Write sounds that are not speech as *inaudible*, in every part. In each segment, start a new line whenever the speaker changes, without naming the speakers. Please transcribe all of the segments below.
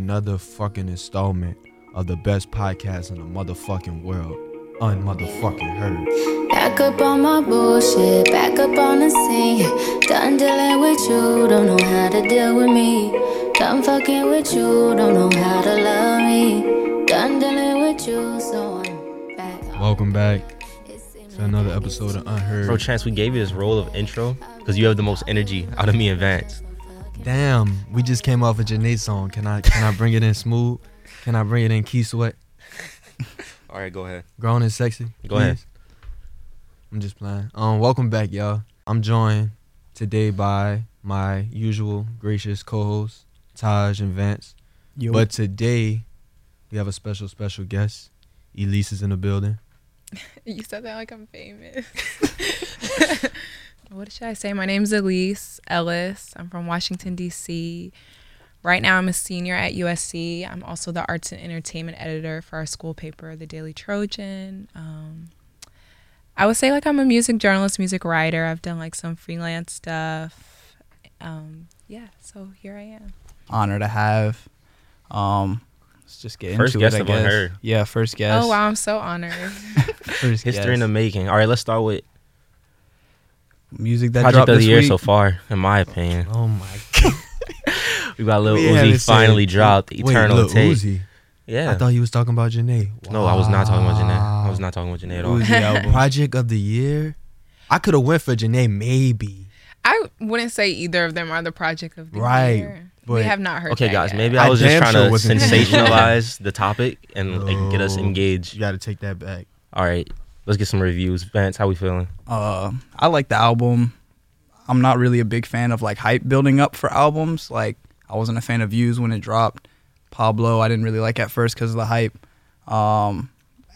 another fucking installment of the best podcast in the motherfucking world, unmotherfucking heard.
Back up on my bullshit, back up on the scene. Done dealing with you, don't know how to deal with me. Done fucking with you, don't know how to love me. Done dealing with you, so I'm back.
Welcome back to another episode of
Bro,
Unheard.
Chance, we gave you this role of intro because you have the most energy out of me and Vance.
Damn, we just came off a Janae song. Can I can I bring it in smooth? Can I bring it in Key Sweat?
All right, go ahead.
Grown and sexy.
Go ahead.
please? I'm just playing. Um, welcome back, y'all. I'm joined today by my usual gracious co-hosts, Taj and Vance.
Yo.
But today, we have a special, special guest. Elise is in the building.
You said that like I'm famous. *laughs* what should I say? My name's Elise Ellis. I'm from Washington, D.C. Right now, I'm a senior at USC. I'm also the arts and entertainment editor for our school paper, The Daily Trojan. Um, I would say, like, I'm a music journalist, music writer. I've done like some freelance stuff. Um, yeah, so here I am.
honor to have. Um, let's just get
First
into
guest
it. I
of
guess.
Unheard.
Yeah, first guest.
Oh, wow, I'm so honored. *laughs*
First
History
guest.
in the making. All right, let's start with
music that
project
dropped
of
this
the year
week.
so far. In my opinion,
Oh my
*laughs*
god!
we got Lil
We haven't
Uzi
said-
finally dropped Eternal
Wait, Lil
Tape.
Uzi.
Yeah.
I thought he was talking about Janae.
no, I
*laughs*
was not talking about Janae. I was
Wow.
not talking about Janae at all.
Uzi album.
Project of the year. I could have went for Janae, maybe.
I wouldn't say either of them are the project of the
Right,
year.
but-
we have not heard.
Okay,
that
guys,
yet.
maybe
I
I was just
damn
trying
sure
to
wasn't thinking
sensationalize the topic and like, get us
No. Oh. You
engaged.
got to take that back.
All right, let's get some reviews. Vance, how we feeling?
Uh, I like the album. I'm not really a big fan of like hype building up for albums. Like I wasn't a fan of Views when it dropped. Pablo, I didn't really like at first because of the hype. Um,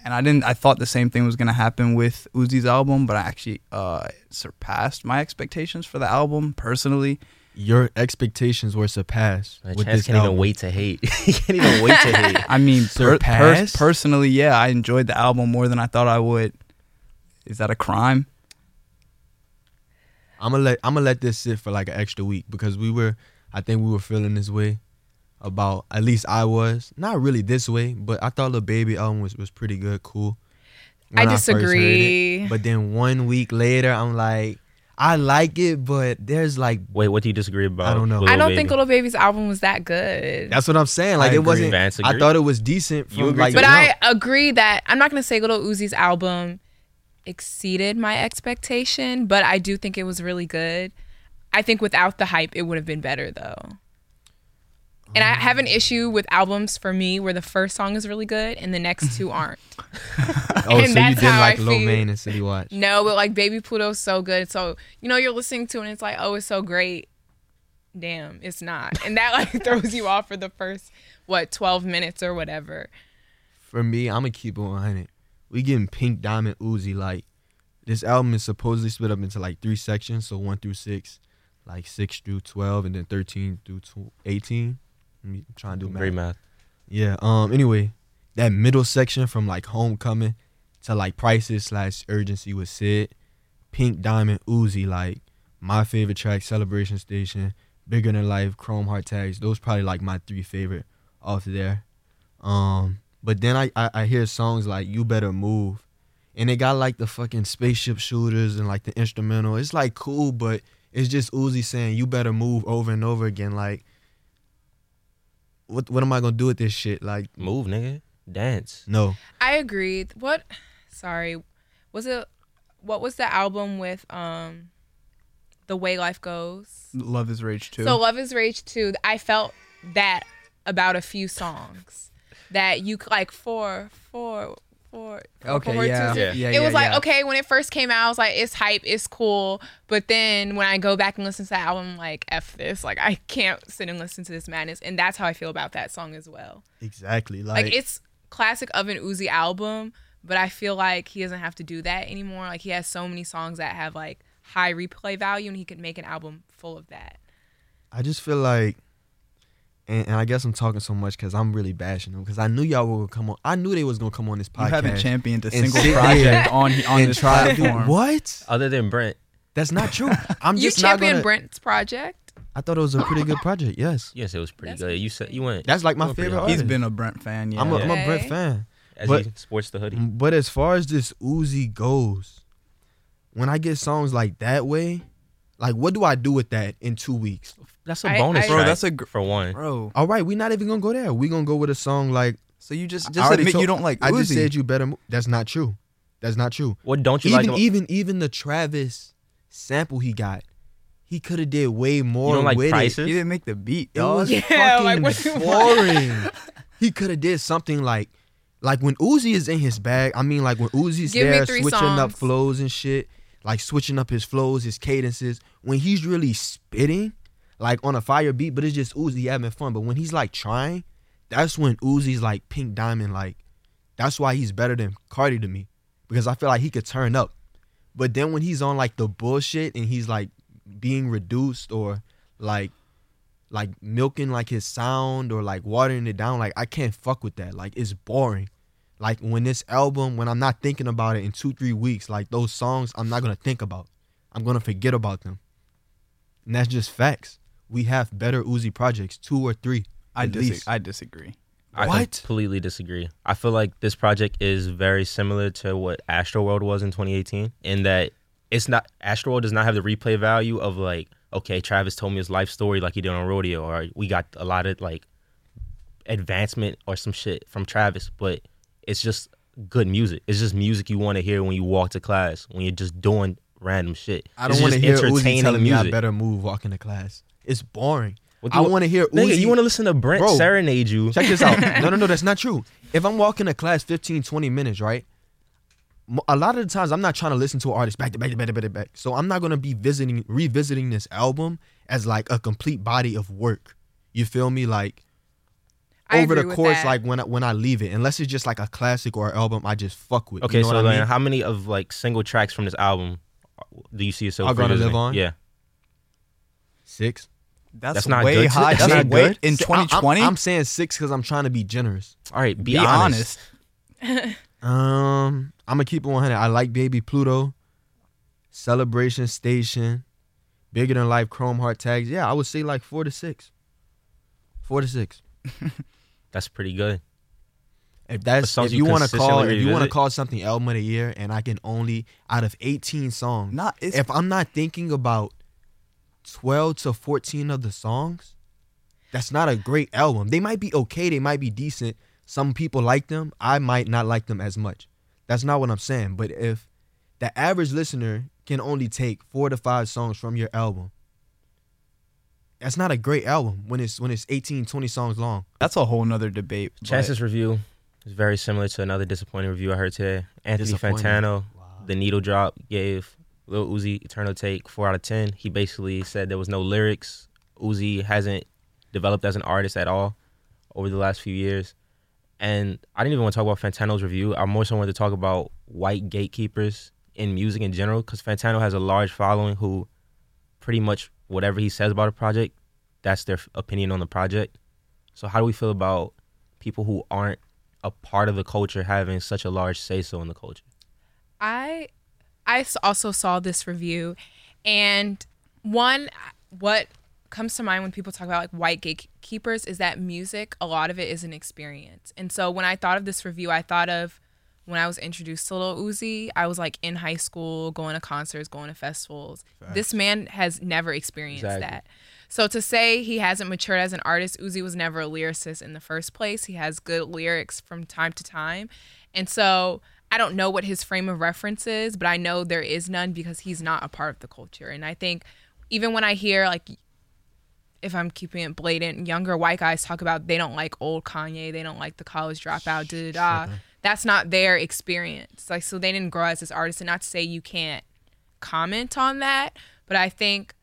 and I didn't. I thought the same thing was gonna happen with Uzi's album, but I actually uh, surpassed my expectations for the album personally.
Your expectations were surpassed
Man,
with
Chance
this
can't
album.
even wait to hate. *laughs* he can't even wait to hate.
*laughs*
I mean, per- per-
Surpassed?
personally, yeah, I enjoyed the album more than I thought I would. Is that a crime?
I'm gonna let I'm gonna let this sit for like an extra week because we were I think we were feeling this way about at least I was not really this way, but I thought the baby album was, was pretty good, cool.
I
when first heard it.
disagree.
but then one week later, I'm like, I like it, but there's like
Wait, what do you disagree about?
don't know.
with
I
Lil
don't
Baby?
think Little Baby's album was that good.
that's what I'm saying. Like
I
it
agree.
wasn't.
Vance
I
agree?
thought it was decent.
You
From,
agree
like,
too?
but
the
I
jump.
agree that I'm not going to say Little Uzi's album exceeded my expectation, but I do think it was really good. I think without the hype, it would have been better though. And I have an issue with albums for me where the first song is really good and the next two aren't.
oh, so
and
you
that's
did
how
like
I
Lil
feel.
Main and City Watch.
No, but like Baby Pluto's so good. So, you know, you're listening to it and it's like, oh, it's so great. Damn, it's not. And that like *laughs* throws you off for the first, what, 12 minutes or whatever.
For me, I'm gonna keep it 100. We getting Pink Diamond Uzi. Like this album is supposedly split up into like three sections, so one through six, like six through 12, and then 13 through tw 18. I'm trying to do math.
Great math.
Yeah. Um. Anyway, that middle section from like Homecoming to like Prices slash Urgency with Sid, Pink Diamond Uzi, like my favorite track, Celebration Station, Bigger Than Life, Chrome Heart Tags. Those probably like my three favorite off there. Um. But then I, I I hear songs like You Better Move, and they got like the fucking spaceship shooters and like the instrumental. It's like cool, but it's just Uzi saying You Better Move over and over again, like. What, what am I gonna do with this shit? Like
Move, nigga. Dance.
no.
I agreed. What, sorry, was it, what was the album with um The Way Life Goes?
Love is Rage too.
So Love is Rage 2, I felt that about a few songs that you c- like four, four, four, four, four,
okay, yeah,
two,
Yeah.
yeah, yeah.
it was like
yeah.
okay when it first came out i was like it's hype it's cool but then when i go back and listen to that album I'm like f this like i can't sit and listen to this madness and that's how i feel about that song as well
Exactly. Like,
like it's classic of an uzi album but i feel like he doesn't have to do that anymore like he has so many songs that have like high replay value and he could make an album full of that
I just feel like, and, and I guess I'm talking so much because I'm really bashing them because I knew y'all were gonna come on. I knew they was gonna come on this
You
podcast.
haven't championed
and
a single
sit
project
there
on on
and
this
try to do
platform.
what?
Other than Brent.
*laughs*
That's not true. I'm
you
just not
champion
gonna.
brent's project
I thought it was a pretty good project. Yes,
Yes, it was pretty
That's
good. You said you went.
that's like my
Well, pretty
favorite.
hard.
Artist.
He's been a Brent fan. Yeah.
I'm a, I'm a
Okay.
Brett fan.
as
but-
he sports the hoodie.
But as far as this Uzi goes, when I get songs like that way, like what do I do with that in two weeks?
That's a
I-
bonus,
I-
Bro,
track
that's a gr-
for one.
bro.
All right, we're not even gonna go there. We're gonna go with a song like
So you just
I
just
already
admit
told-
you don't like Uzi.
I just said you better. Mo- That's not true. That's not true.
What don't you
Even
like?
even even the Travis sample he got, he could have did way more.
you don't like
with it.
You
prices?
didn't make the beat,
It
dog.
was
Yeah,
fucking
like, what do you
boring. he could have did something like, like when Uzi is in his bag. I mean, like when Uzi's
Give me
there
three
switching up
songs.
flows and shit, like switching up his flows, his cadences. When he's really spitting, like on a fire beat, but it's just Uzi having fun. But when he's like trying, that's when Uzi's like Pink Diamond. Like that's why he's better than Cardi to me, because I feel like he could turn up. But then when he's on like the bullshit and he's like being reduced or like like milking like his sound or like watering it down, like I can't fuck with that. Like it's boring. Like when this album, when I'm not thinking about it in two, three weeks, like those songs I'm not gonna think about. I'm gonna forget about them. And that's just facts. We have better Uzi projects, two or three.
I
at
dis-
least.
I disagree.
I
What?
completely disagree. I feel like this project is very similar to what Astroworld was in 2018 in that it's not Astroworld does not have the replay value of like okay, Travis told me his life story like he did on Rodeo or we got a lot of like advancement or some shit from Travis, but it's just good music. It's just music you want to hear when you walk to class, when you're just doing random shit.
I
It's
don't want to
just
hear Uzi
entertaining
telling me I
music.
better move walking to class. It's boring.
What do
I
you
want to hear Uzi.
Nigga, you want to listen to Brent
Bro.
serenade you.
Check this
*laughs*
out. No, no, no, that's not true. If I'm walking to class 15, 20 minutes, right? m- A lot of the times I'm not trying to listen to an artist back to back to back to back to back. So I'm not gonna be visiting revisiting this album as like a complete body of work. You feel me? Like
I
over
agree
the
with
course,
that.
like when I, when I leave it, unless it's just like a classic or an album I just fuck with.
Okay,
you know
so
what I
like,
mean?
how many of like single tracks from this album do you see yourself?
Are gonna
revisiting?
live on?
Yeah,
six.
That's,
That's not
way
good.
high.
That's
That's
not
way
good.
in
See, I- I'm-
2020.
I'm, saying six because I'm trying to be generous.
All right, be,
be honest.
Um, I'm gonna keep it 100. I like Baby Pluto, Celebration Station, Bigger Than Life, Chrome Heart Tags. Yeah, I would say like four to six. Four to six.
That's pretty good.
If
But
that's
songs
if
you
you want to call
consistently
if you want to
revisit?
call something album of the year, and I can only out of 18 songs,
Not it's,
if I'm not thinking about 12 to 14 of the songs, that's not a great album. They might be okay, they might be decent. Some people like them. I might not like them as much. That's not what I'm saying. But if the average listener can only take four to five songs from your album, that's not a great album when it's when it's 18, 20 songs long.
that's a whole nother debate. but
Chances review is very similar to another disappointing review I heard today. Anthony
Disappointing.
Fantano,
Wow.
the needle drop, gave Lil Uzi Eternal Take four out of ten. He basically said there was no lyrics. Uzi hasn't developed as an artist at all over the last few years. And I didn't even want to talk about Fantano's review. I more so wanted to talk about white gatekeepers in music in general, because Fantano has a large following who pretty much whatever he says about a project, that's their f- opinion on the project. So how do we feel about people who aren't a part of the culture having such a large say so in the culture?
I I s- also saw this review, and one what comes to mind when people talk about like white gatekeepers is that music. A lot of it is an experience, and so when I thought of this review, I thought of when I was introduced to Lil Uzi. I was like in high school, going to concerts, going to festivals. This man has never experienced
Exactly.
that. So to say he hasn't matured as an artist, Uzi was never a lyricist in the first place. He has good lyrics from time to time. And so I don't know what his frame of reference is, but I know there is none because he's not a part of the culture. And I think even when I hear like if I'm keeping it blatant, younger white guys talk about they don't like old Kanye, they don't like the college dropout, da da da. That's not their experience. Like so they didn't grow as this artist and not to say you can't comment on that, but I think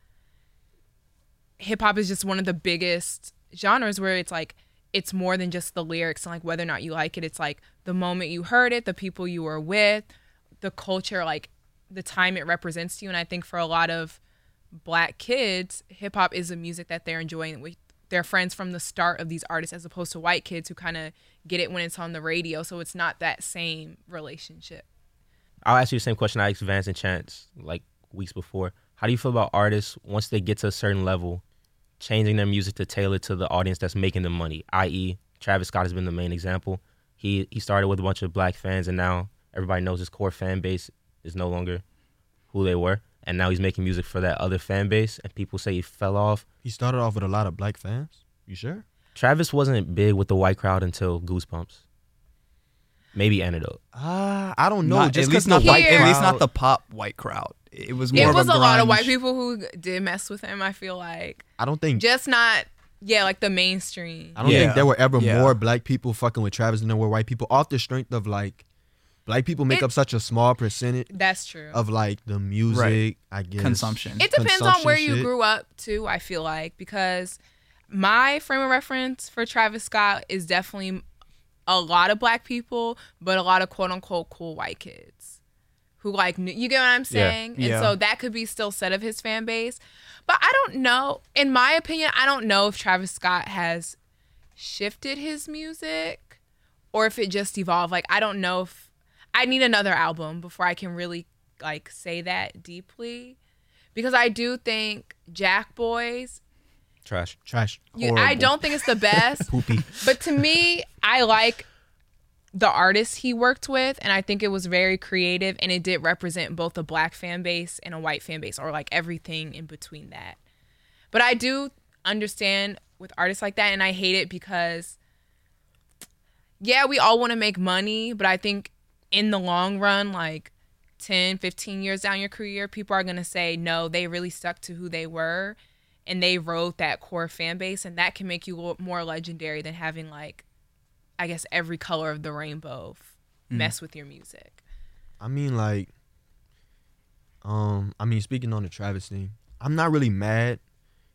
hip hop is just one of the biggest genres where it's like it's more than just the lyrics and like whether or not you like it. It's like the moment you heard it, the people you were with, the culture, like the time it represents to you. And I think for a lot of black kids, hip hop is a music that they're enjoying with their friends from the start of these artists as opposed to white kids who kind of get it when it's on the radio. So it's not that same relationship.
I'll ask you the same question I asked Vance and Chance like weeks before. How do you feel about artists once they get to a certain level changing their music to tailor to the audience that's making them money. I.e., Travis Scott has been the main example. He he started with a bunch of black fans, and now everybody knows his core fan base is no longer who they were, and now he's making music for that other fan base. And people say he fell off.
He started off with a lot of black fans. You sure?
Travis wasn't big with the white crowd until Goosebumps. Maybe Antidote.
Ah, I don't know.
Not-
just
at least
'cause
not
the
Here-
white,
white
at least
crowd-
not the pop white crowd. It was more
It
of
was a, lot of
grunge-
white people who did mess with him. I feel like
I don't think.
just not yeah, like the mainstream.
I don't
Yeah.
think there were ever
Yeah.
more black people fucking with Travis than there were white people. Off the strength of like, black people make
It-
up such a small percentage
That's true.
of like the music. I guess
Consumption.
It depends on
consumption
where you
shit.
grew up too. I feel like because my frame of reference for Travis Scott is definitely a lot of black people, but a lot of quote unquote cool white kids who like knew- you get what I'm saying. And
Yeah.
so that could be still said of his fan base, but I don't know. In my opinion, I don't know if Travis Scott has shifted his music or if it just evolved. Like I don't know if I need another album before I can really like say that deeply because I do think Jack Boys.
Trash.
Trash.
You, I
Horrible.
don't think it's the best,
Poopy.
but to me, I like the artist he worked with, and I think it was very creative, and it did represent both a black fan base and a white fan base, or like everything in between that. But I do understand with artists like that, and I hate it because, yeah, we all want to make money, but I think in the long run, like 10, 15 years down your career, people are going to say, no, they really stuck to who they were and they rode that core fan base, and that can make you look more legendary than having, like, I guess, every color of the rainbow f- mess with your music.
I mean, like, um, I mean, speaking on the Travis thing, I'm not really mad.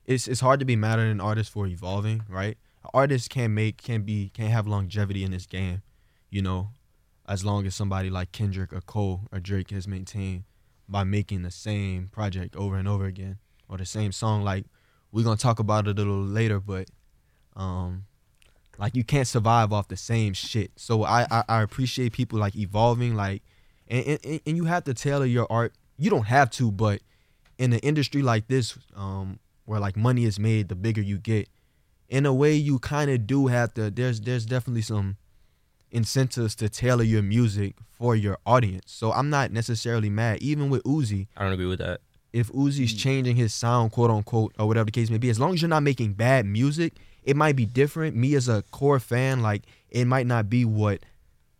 It's it's hard to be mad at an artist for evolving, right? An artist can't make, can't be, can't have longevity in this game, you know, as long as somebody like Kendrick or Cole or Drake has maintained by making the same project over and over again or the same song. Like, we're gonna talk about it a little later, but, um, like you can't survive off the same shit. So I I, I appreciate people like evolving, like and, and- and and you have to tailor your art. You don't have to, but in an industry like this, um, where like money is made, the bigger you get, in a way you kind of do have to. There's there's definitely some incentives to tailor your music for your audience. So I'm not necessarily mad. Even with Uzi,
I don't agree with that.
if Uzi's changing his sound, quote unquote, or whatever the case may be, as long as you're not making bad music, it might be different. Me as a core fan, like it might not be what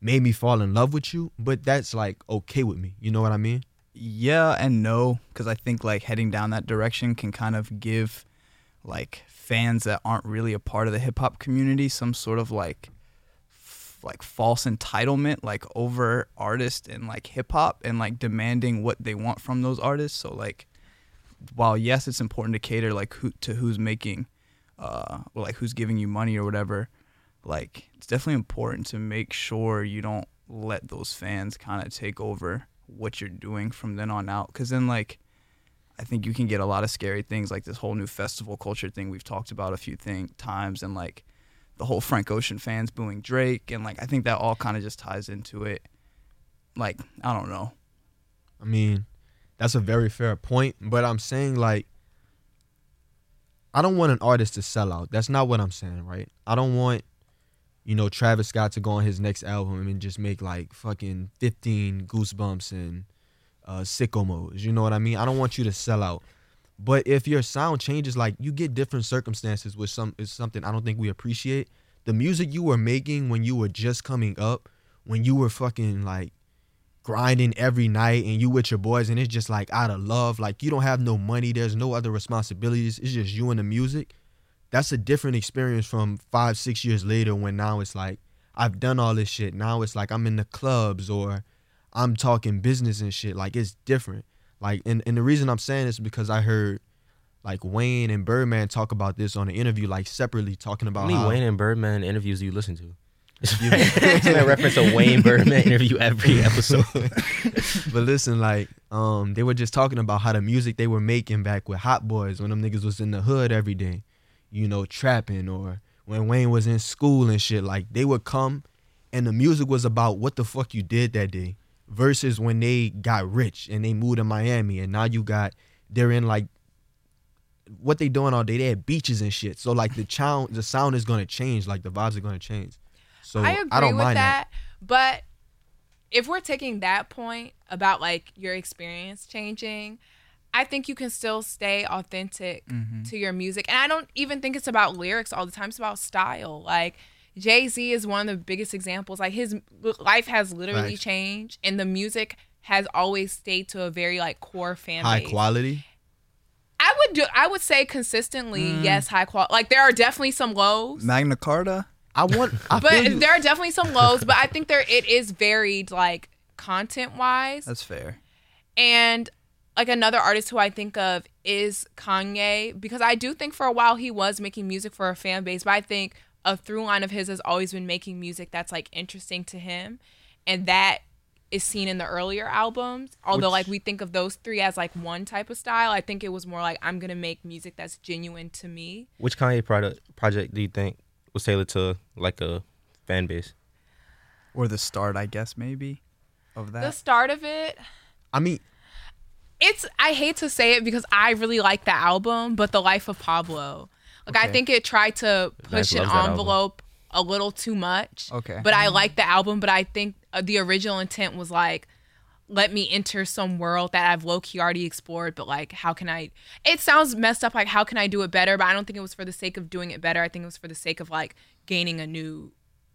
made me fall in love with you, but that's like okay with me. You know what I mean?
yeah and no because i think like heading down that direction can kind of give like fans that aren't really a part of the hip-hop community some sort of like f- like false entitlement like over artists and like hip-hop and like demanding what they want from those artists so like while yes it's important to cater like who to who's making uh or like who's giving you money or whatever like it's definitely important to make sure you don't let those fans kind of take over what you're doing from then on out because then like i think you can get a lot of scary things like this whole new festival culture thing we've talked about a few thing, times and like the whole frank ocean fans booing drake and like i think that all kind of just ties into it like i don't know
I mean, that's a very fair point, but I'm saying like I don't want an artist to sell out. That's not what I'm saying, right? I don't want you know Travis Scott to go on his next album and just make like fucking 15 goosebumps and uh sicko modes. You know what I mean? I don't want you to sell out. But if your sound changes like you get different circumstances which some is something I don't think we appreciate. The music you were making when you were just coming up, when you were fucking like grinding every night and you with your boys and it's just like out of love like you don't have no money there's no other responsibilities it's just you and the music that's a different experience from five six years later when now it's like i've done all this shit now it's like i'm in the clubs or i'm talking business and shit like it's different like and, and the reason i'm saying this is because i heard like wayne and birdman talk about this on an interview like separately talking
How
about
many
how-
Wayne and Birdman interviews do you *laughs* listen to? It's *laughs* a reference a Wayne Birdman interview *laughs* every episode.
but listen, like, um, they were just talking about how the music they were making back with Hot Boys when them niggas was in the hood every day, you know, trapping or when Wayne was in school and shit. Like, they would come and the music was about what the fuck you did that day versus when they got rich and they moved to Miami and now you got, they're in like what they doing all day. They at beaches and shit. So like the sound, the sound is gonna change. Like the vibes are gonna change. So
I
I,
agree
don't
with
mind that.
that, but if we're taking that point about like your experience changing, I think you can still stay authentic
Mm-hmm.
to your music. And I don't even think it's about lyrics all the time, it's about style. Like Jay Z is one of the biggest examples. Like his life has literally
Facts.
changed, and the music has always stayed to a very like core fan
High
base.
quality.
I would do. I would say consistently,
Mm.
yes, high quality. Like there are definitely some lows.
Magna Carta.
I want. I feel you.
But there are definitely some lows, but I think there it is varied like content wise.
That's fair.
And like another artist who I think of is Kanye because I do think for a while he was making music for a fan base, but I think a through line of his has always been making music that's like interesting to him and that is seen in the earlier albums. Although like we think of those three as like one type of style, I think it was more like I'm going to make music that's genuine to me.
Which Kanye product project do you think was tailored to like a fan base?
Or the start, I guess, maybe, of
The
that.
start of it,
I mean,
it's I hate to say it because I really like the album, but the life of Pablo. Like I
Okay.
think it tried to push an
loves that album.
envelope a little too much.
Okay.
But I like the album, but I think uh, the original intent was like let me enter some world that I've low key already explored, but like how can I it sounds messed up like how can I do it better, but I don't think it was for the sake of doing it better. I think it was for the sake of like gaining a new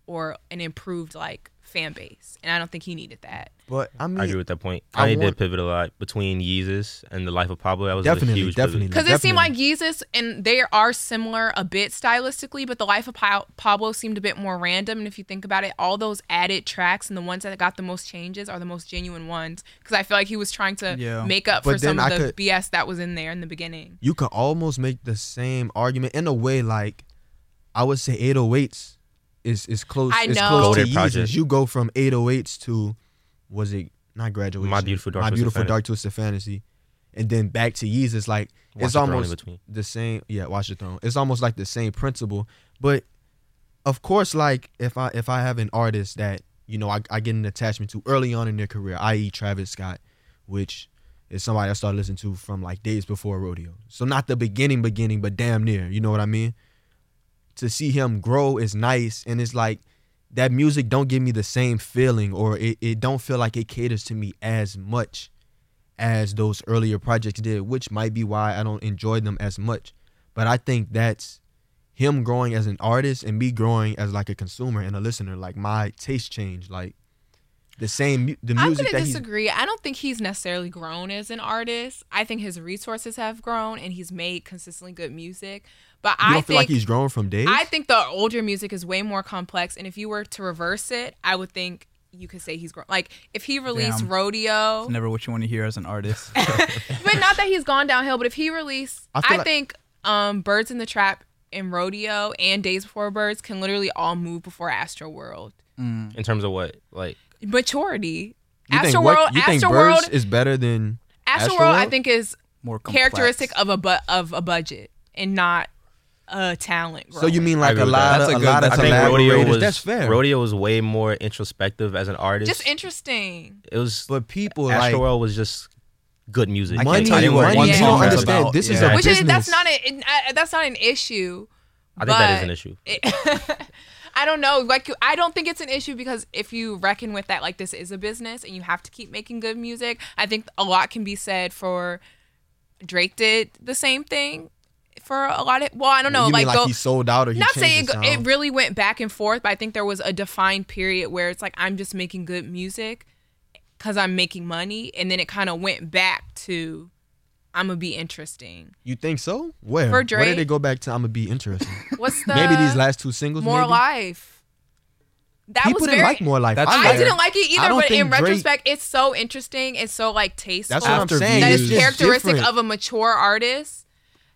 or an improved like fan base. And I don't think he needed that.
but I mean,
I agree with that point.
I
Kanye
want-
did pivot a lot between Yeezus and the life of Pablo. That was a
definitely,
huge
definitely,
Pivot.
Because it seemed like
definitely.
Yeezus and they are similar a bit stylistically, but the life of pa- Pablo seemed a bit more random. And if you think about it, all those added tracks and the ones that got the most changes are the most genuine ones. Because I feel like he was trying to
Yeah.
make up
But
for some
then
of
I
the
could-
BS that was in there in the beginning.
you could almost make the same argument in a way. Like I would say, 808s is is close.
I
is
know.
close to
Golden Project.
Yeezus. You go from 808s to was it not graduation?
My Beautiful Dark
My
Twisted
beautiful
Fantasy.
dark twisted fantasy, and then back to Yeezus. Like
Watch
it's
the Throne in
almost
between.
the same. Yeah, Watch the Throne. It's almost like the same principle, but of course, like if I if I have an artist that you know I, I get an attachment to early on in their career, i.e. Travis Scott, which is somebody I started listening to from like days before rodeo. So not the beginning beginning, but damn near. You know what I mean? To see him grow is nice, and it's like that music don't give me the same feeling, or it, it don't feel like it caters to me as much as those earlier projects did, which might be why I don't enjoy them as much. But I think that's him growing as an artist and me growing as like a consumer and a listener. Like my taste change, like the same mu- the
I'm
music
gonna
that he's
disagree. I don't think he's necessarily grown as an artist. I think his resources have grown and he's made consistently good music. But
You
I
don't
think
feel like he's grown from days.
I think the older music is way more complex, and if you were to reverse it, I would think you could say he's grown. Like if he released
Damn.
Rodeo,
It's never what you want to hear as
*laughs*
an artist. *laughs*
but not that he's gone downhill. But if he released,
I
I,
feel like-
think um, Birds in the Trap and Rodeo and Days Before Birds can literally all move before Astro World.
Mm,
In terms of what, like
Maturity.
you
Astro
think what-
World.
you think
Astro
Birds
World.
is better than
Astro
Astroworld?
World. I think is
More complex.
characteristic of a bu- of a budget and not a talent.
So you
growing.
mean
I
like
agree
a
with
lot
that.
of
That's
a
a good-
lot of
that's a good-
collaborators?
rodeo was
that's fair.
rodeo was way more introspective as an artist.
just interesting?
it was
But people like
Astroworld was just good music.
I can't
money.
tell
Money.
you what
you
one song
don't
is
understand.
about.
This is
Yeah.
a
which
business.
is that's not a, it, uh, that's not an issue.
I think that
but-
is an issue.
It- *laughs* I don't know. Like you- I don't think it's an issue because if you reckon with that, like this is a business and you have to keep making good music. I think a lot can be said for Drake did the same thing for a lot of. Well, I don't know.
you
like
mean like
go,
he sold out or he
not
changed
saying
his
it,
sound?
it really went back and forth, but I think there was a defined period where it's like I'm just making good music because I'm making money, and then it kind of went back to I'm gonna be interesting.
you think so? Where?
For
Where did
Drake?
they go back to? I'm gonna be interested.
What's
*laughs*
the
maybe these last two singles.
more
maybe?
life? That
People
was
didn't
very,
like more life.
That's
I,
fair.
I
liked-
didn't like it
I
either,
don't
but in
think Drake-
retrospect, it's so interesting and so like tasteful.
That's what I'm
After
saying.
that
Views.
It's
is
just
characteristic
different.
of a mature artist.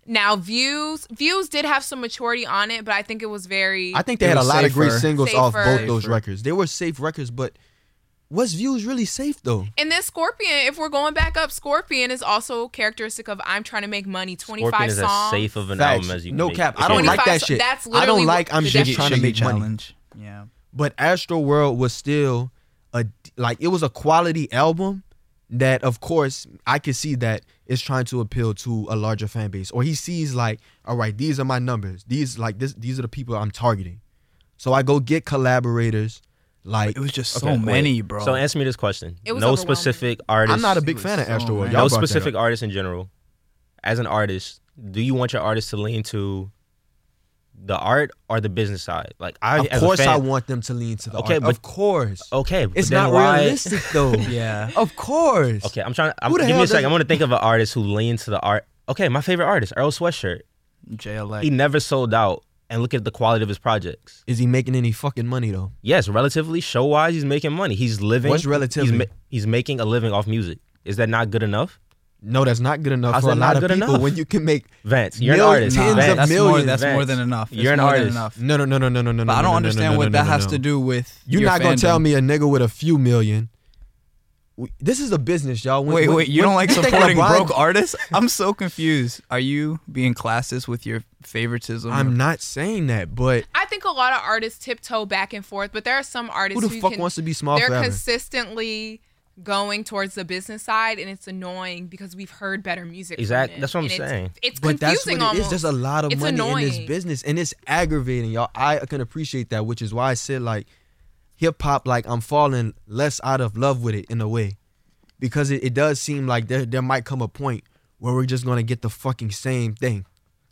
Now, views views did have some maturity on it, but I think it was very.
I think they
It
had a
was
lot of great
safer.
singles off both
Safer.
those
Safer.
records. They were safe records, but was views really safe though?
and then Scorpion, if we're going back up, Scorpion is also characteristic of I'm trying to make money. Twenty
Scorpion
five
is
songs.
as safe of an
Facts.
album as you
No
can
cap.
make.
I don't like
25
that
so-
shit.
that's
I don't
literally
like I'm
the
just
definition.
trying to make money.
challenge. Yeah.
But Astro World was still a like it was a quality album. that of course I could see that it's trying to appeal to a larger fan base. Or he sees like, all right, these are my numbers. These like this these are the people I'm targeting. So I go get collaborators like
It was just so
Okay, wait.
many, bro.
So answer me this question.
It was
no
overwhelming.
specific artist.
I'm not a big
was
fan of
so
Astro World.
many.
Y'all
oh, no
brought that up.
specific artist in general. As an artist, do you want your artist to lean to the art or the business side? Like I,
Of
as a
course,
fan-
I want them to lean to the
Okay,
art.
but-
of course,
Okay, but
it's
then
not
why,
realistic
*laughs*
though.
yeah.
Of course.
Okay, I'm trying. I'm,
Who the
give me
hell
a second.
does-
I want to think of an artist who leans to the art. Okay, my favorite artist, Earl Sweatshirt.
JLA.
He never sold out, and look at the quality of his projects.
Is he making any fucking money though?
Yes, relatively show wise, he's making money. He's living.
What's
He's,
relatively?
ma- he's making a living off music. Is that not good enough,
No, that's not good enough
How's
for a
that
lot
not
of
good
people.
enough?
When you can
*laughs*
make
Vance? You're
Millions-
an
tens
artist.
Nah,
of
Vance.
that's more,
millions.
that's more
Vance.
than enough. That's
You're an
more than
artist.
enough.
no, no, no, no, no, no, no.
But I
no,
don't
no,
understand
no, no,
what
no,
that
no,
has
no.
to do with.
You're
your
not gonna tell
fandom.
me a nigga with a few million. we- This is a business, y'all. When-
Wait,
when-
wait, you
when-
don't
*laughs*
like
you think
supporting
LeBron-
broke artists? I'm so confused. Are you being classist with your favoritism?
I'm not saying that, but
I think a lot of artists tiptoe back and forth, but there are some
who
artists
the
who
fuck
can,
wants to be small
they're
forever?
consistently going towards the business side, and it's annoying because we've heard better music. from
Exactly.
them.
That's what I'm
And it's-
saying.
It's
but that's what
confusing
it
almost.
is. There's a lot of
It's
money in this
annoying.
business, and it's aggravating, y'all. I can appreciate that, which is why I said like, hip hop, like I'm falling less out of love with it in a way, because it, it does seem like there there might come a point where we're just gonna get the fucking same thing,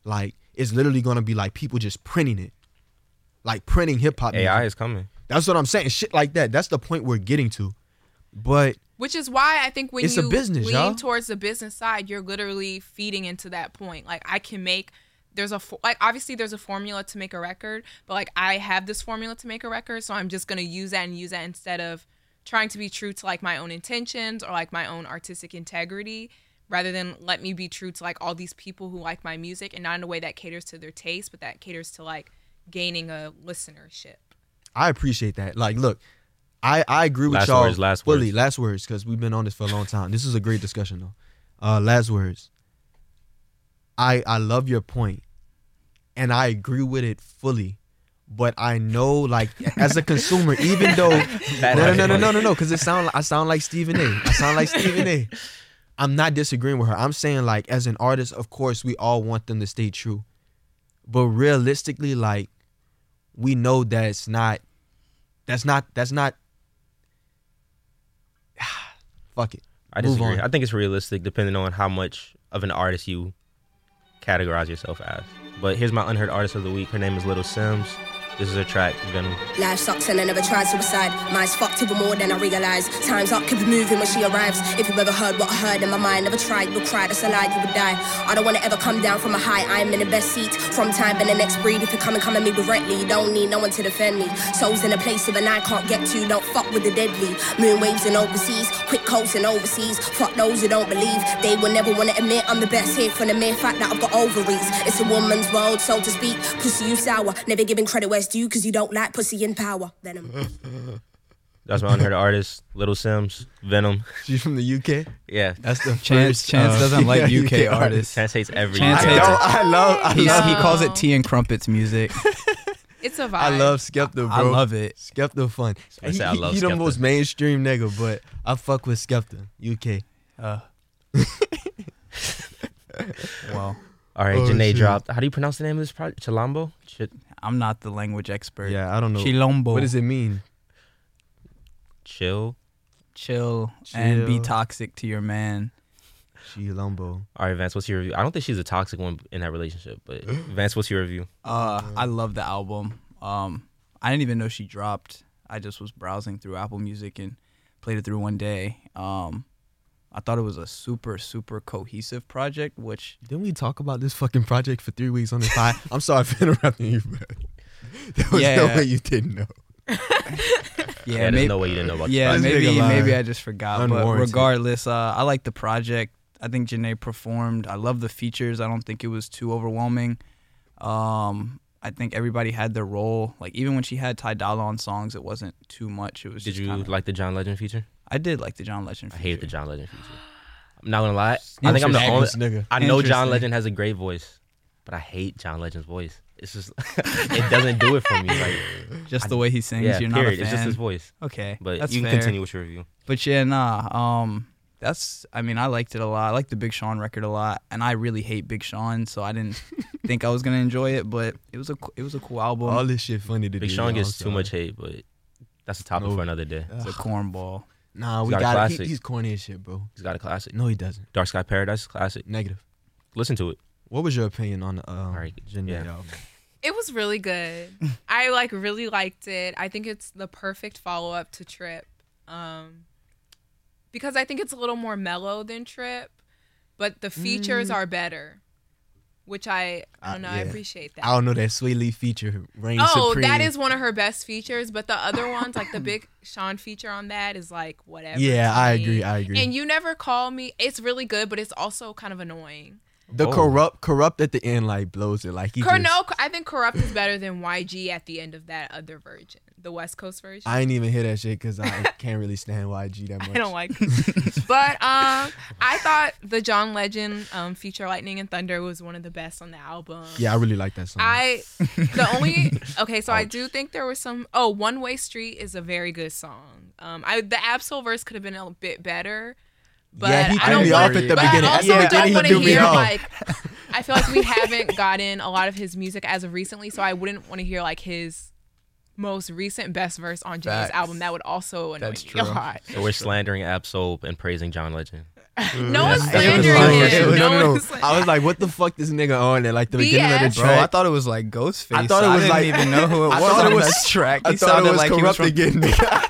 like it's literally gonna be like people just printing it, like printing hip hop.
AI is coming.
That's what I'm saying. Shit like that. That's the point we're getting to. But
Which is why I think when
It's a
you
business,
lean
y'all.
towards the business side, you're literally feeding into that point. Like I can make there's a fo- like obviously there's a formula to make a record, but like I have this formula to make a record, so I'm just gonna use that and use that instead of trying to be true to like my own intentions or like my own artistic integrity rather than let me be true to like all these people who like my music and not in a way that caters to their taste but that caters to like gaining a listenership
I appreciate that. Like, look, I I agree with
Last
y'all.
words, last
fully.
words.
Last words, because we've been on this for a long time. This is a great discussion though. Uh, last words. I I love your point, and I agree with it fully. But I know, like, as a consumer, even though
*laughs*
no no no no no no
*laughs*
no, because it sound I sound like Stephen A. I sound like Stephen A. I'm not disagreeing with her. I'm saying like as an artist, of course, we all want them to stay true. But realistically, like we know that it's not that's not that's not *sighs* fuck it. *laughs*
I
Move
disagree.
on.
I think it's realistic depending on how much of an artist you categorize yourself as. But here's my unheard artist of the week. Her name is Little Sims. This is her track, Venom.
Life sucks and I never tried suicide. Mine's fucked even more than I realize. Time's up, keep it moving when she arrives. If you ever heard what I heard in my mind, never tried, you'll cry, that's a lie, you would die. I don't wanna ever come down from a high, I'm in the best seat. From time and the next breed, if you come and come at me directly, you don't need no one to defend me. Souls in a place even I can't get to, don't fuck with the deadly. Moon waves and overseas, quick coats and overseas. Fuck those who don't believe, they will never wanna admit I'm the best here for the mere fact that I've got ovaries. It's a woman's world, so to speak. Pussy, you sour, never giving credit where it's due, cause you don't like pussy in power. Venom.
That's
*laughs*
my unheard artist, Little Sims, Venom. *laughs*
She's from the UK.
Yeah.
That's the
Chance
first,
Chance
uh,
doesn't
*laughs*
like
yeah,
UK artists.
Chance hates every
Chance
I
year.
hates
don't. I love.
*laughs*
I
He,
love.
he calls it tea and
*laughs*
crumpets music.
it's a vibe
I love Skepta, bro.
I love it.
Skepta fun.
I say I
He- he-
love
he the
Skepta.
most mainstream nigga, but I fuck with Skepta. UK.
Uh, Well,
All right,
Oh,
Janae
shit.
dropped. How do you pronounce the name of this project? Chilambo? Ch-
I'm not the language expert.
Yeah, I don't know.
Chilombo.
What does it mean?
chill.
Chill, and be
Chill.
toxic to your man.
Chilombo.
All right, Vance, what's your review? I don't think she's a toxic one in that relationship,
*gasps*
but Vance, what's your review?
Uh, I love the album. Um, I didn't even know she dropped. I just was browsing through Apple Music and played it through one day. Um, I thought it was a super super cohesive project, which
Didn't we talk about this fucking project for three weeks on this high? I'm sorry for *laughs* interrupting you, bro. There was no
Yeah.
way you didn't know.
yeah,
Yeah, there's
may-
no way you didn't know about
yeah
this project.
This
maybe
nigga lying.
maybe I just forgot. But
Unwarranted.
regardless, uh, I like the project. I think Janae performed. I love the features. I don't think it was too overwhelming. Um, I think everybody had their role. Like even when she had Ty Dolla on songs, it wasn't too much. It was
Did
just
you
kinda-
like the John Legend feature?
I did like the John Legend.
I
feature.
hate the John Legend feature. I'm not gonna lie. I think I'm the only.
Agnes nigga.
I know John
Interesting.
Legend has a great voice, but I hate John Legend's voice. It's just *laughs* it doesn't do it for me. Like,
just the way he sings.
yeah, period.
You're not a fan.
It's just his voice.
Okay,
But
that's
you can
fair.
continue with your review.
But yeah, nah. Um, that's I mean I liked it a lot. I liked the Big Sean record a lot, and I really hate Big Sean, so I didn't think I was gonna enjoy it. But it was a co- it was a cool album.
All this shit funny to
Big
do.
Sean
y'all,
gets
so-
too much hate, but that's a topic
No.
for another day.
it's a cornball.
Nah,
He's
we
got a
got it.
classic.
He, he's corny as shit, bro.
He's got a classic.
No, he doesn't.
Dark Sky Paradise is a classic.
Negative. *laughs*
Listen to it.
What was your opinion on the um,
Alright,
Jhené
yeah.
album?
It was
*laughs*
really good. I like really liked it. I think it's the perfect follow up to Trip. Um because I think it's a little more mellow than Trip, but the features are better. Which I I don't know,
Mm. Uh,
I
yeah.
appreciate that.
I don't know that Sweet Leaf feature reign
oh,
supreme.
that is one of her best features, but
*laughs*
the other ones, like the big Sean feature on that is like whatever.
Yeah,
to
I
me.
agree. I agree.
And you never call me. It's really good, but it's also kind of annoying.
the
Oh.
corrupt corrupt at the end like blows it like he
Cor-
just,
no, I think corrupt is better than YG at the end of that other version, the West Coast version. I, *laughs*
I ain't even hear that shit because I can't really stand YG that much.
don't like.
*laughs*
it. but um, I thought the John Legend um, feature Lightning and Thunder was one of the best on the album.
Yeah, I really like that song.
I
*laughs*
the only okay, so I do think there was some. Oh, One Way Street is a very good song. Um, I the Absol verse could have been a bit better, but
yeah, he
I
threw
don't
me
want-
off at the
but
beginning.
I
At
also
the
don't
beginning,
want
he
to
threw me
hear
off.
like I feel like we haven't gotten a lot of his music as of recently, so I wouldn't want to hear like his most recent best verse on Jay's
Facts.
album. That would also annoy
That's
me a
true.
lot.
So we're slandering Absol and praising John Legend.
No
*laughs* It
one's
was
slandering
like- it
him.
was- *laughs*
No,
No, no,
one's
no.
slandering.
I was like, what the fuck this nigga on at like the beginning of
BS.
the
Bro, I
track?
thought it was like Ghostface.
I thought it
I
was
didn't
like-
*laughs* even know who it was.
I thought
on
it was-
this track.
I
He
thought
sounded
it was
like he
corrupt
was
*laughs*
from
again. nigga.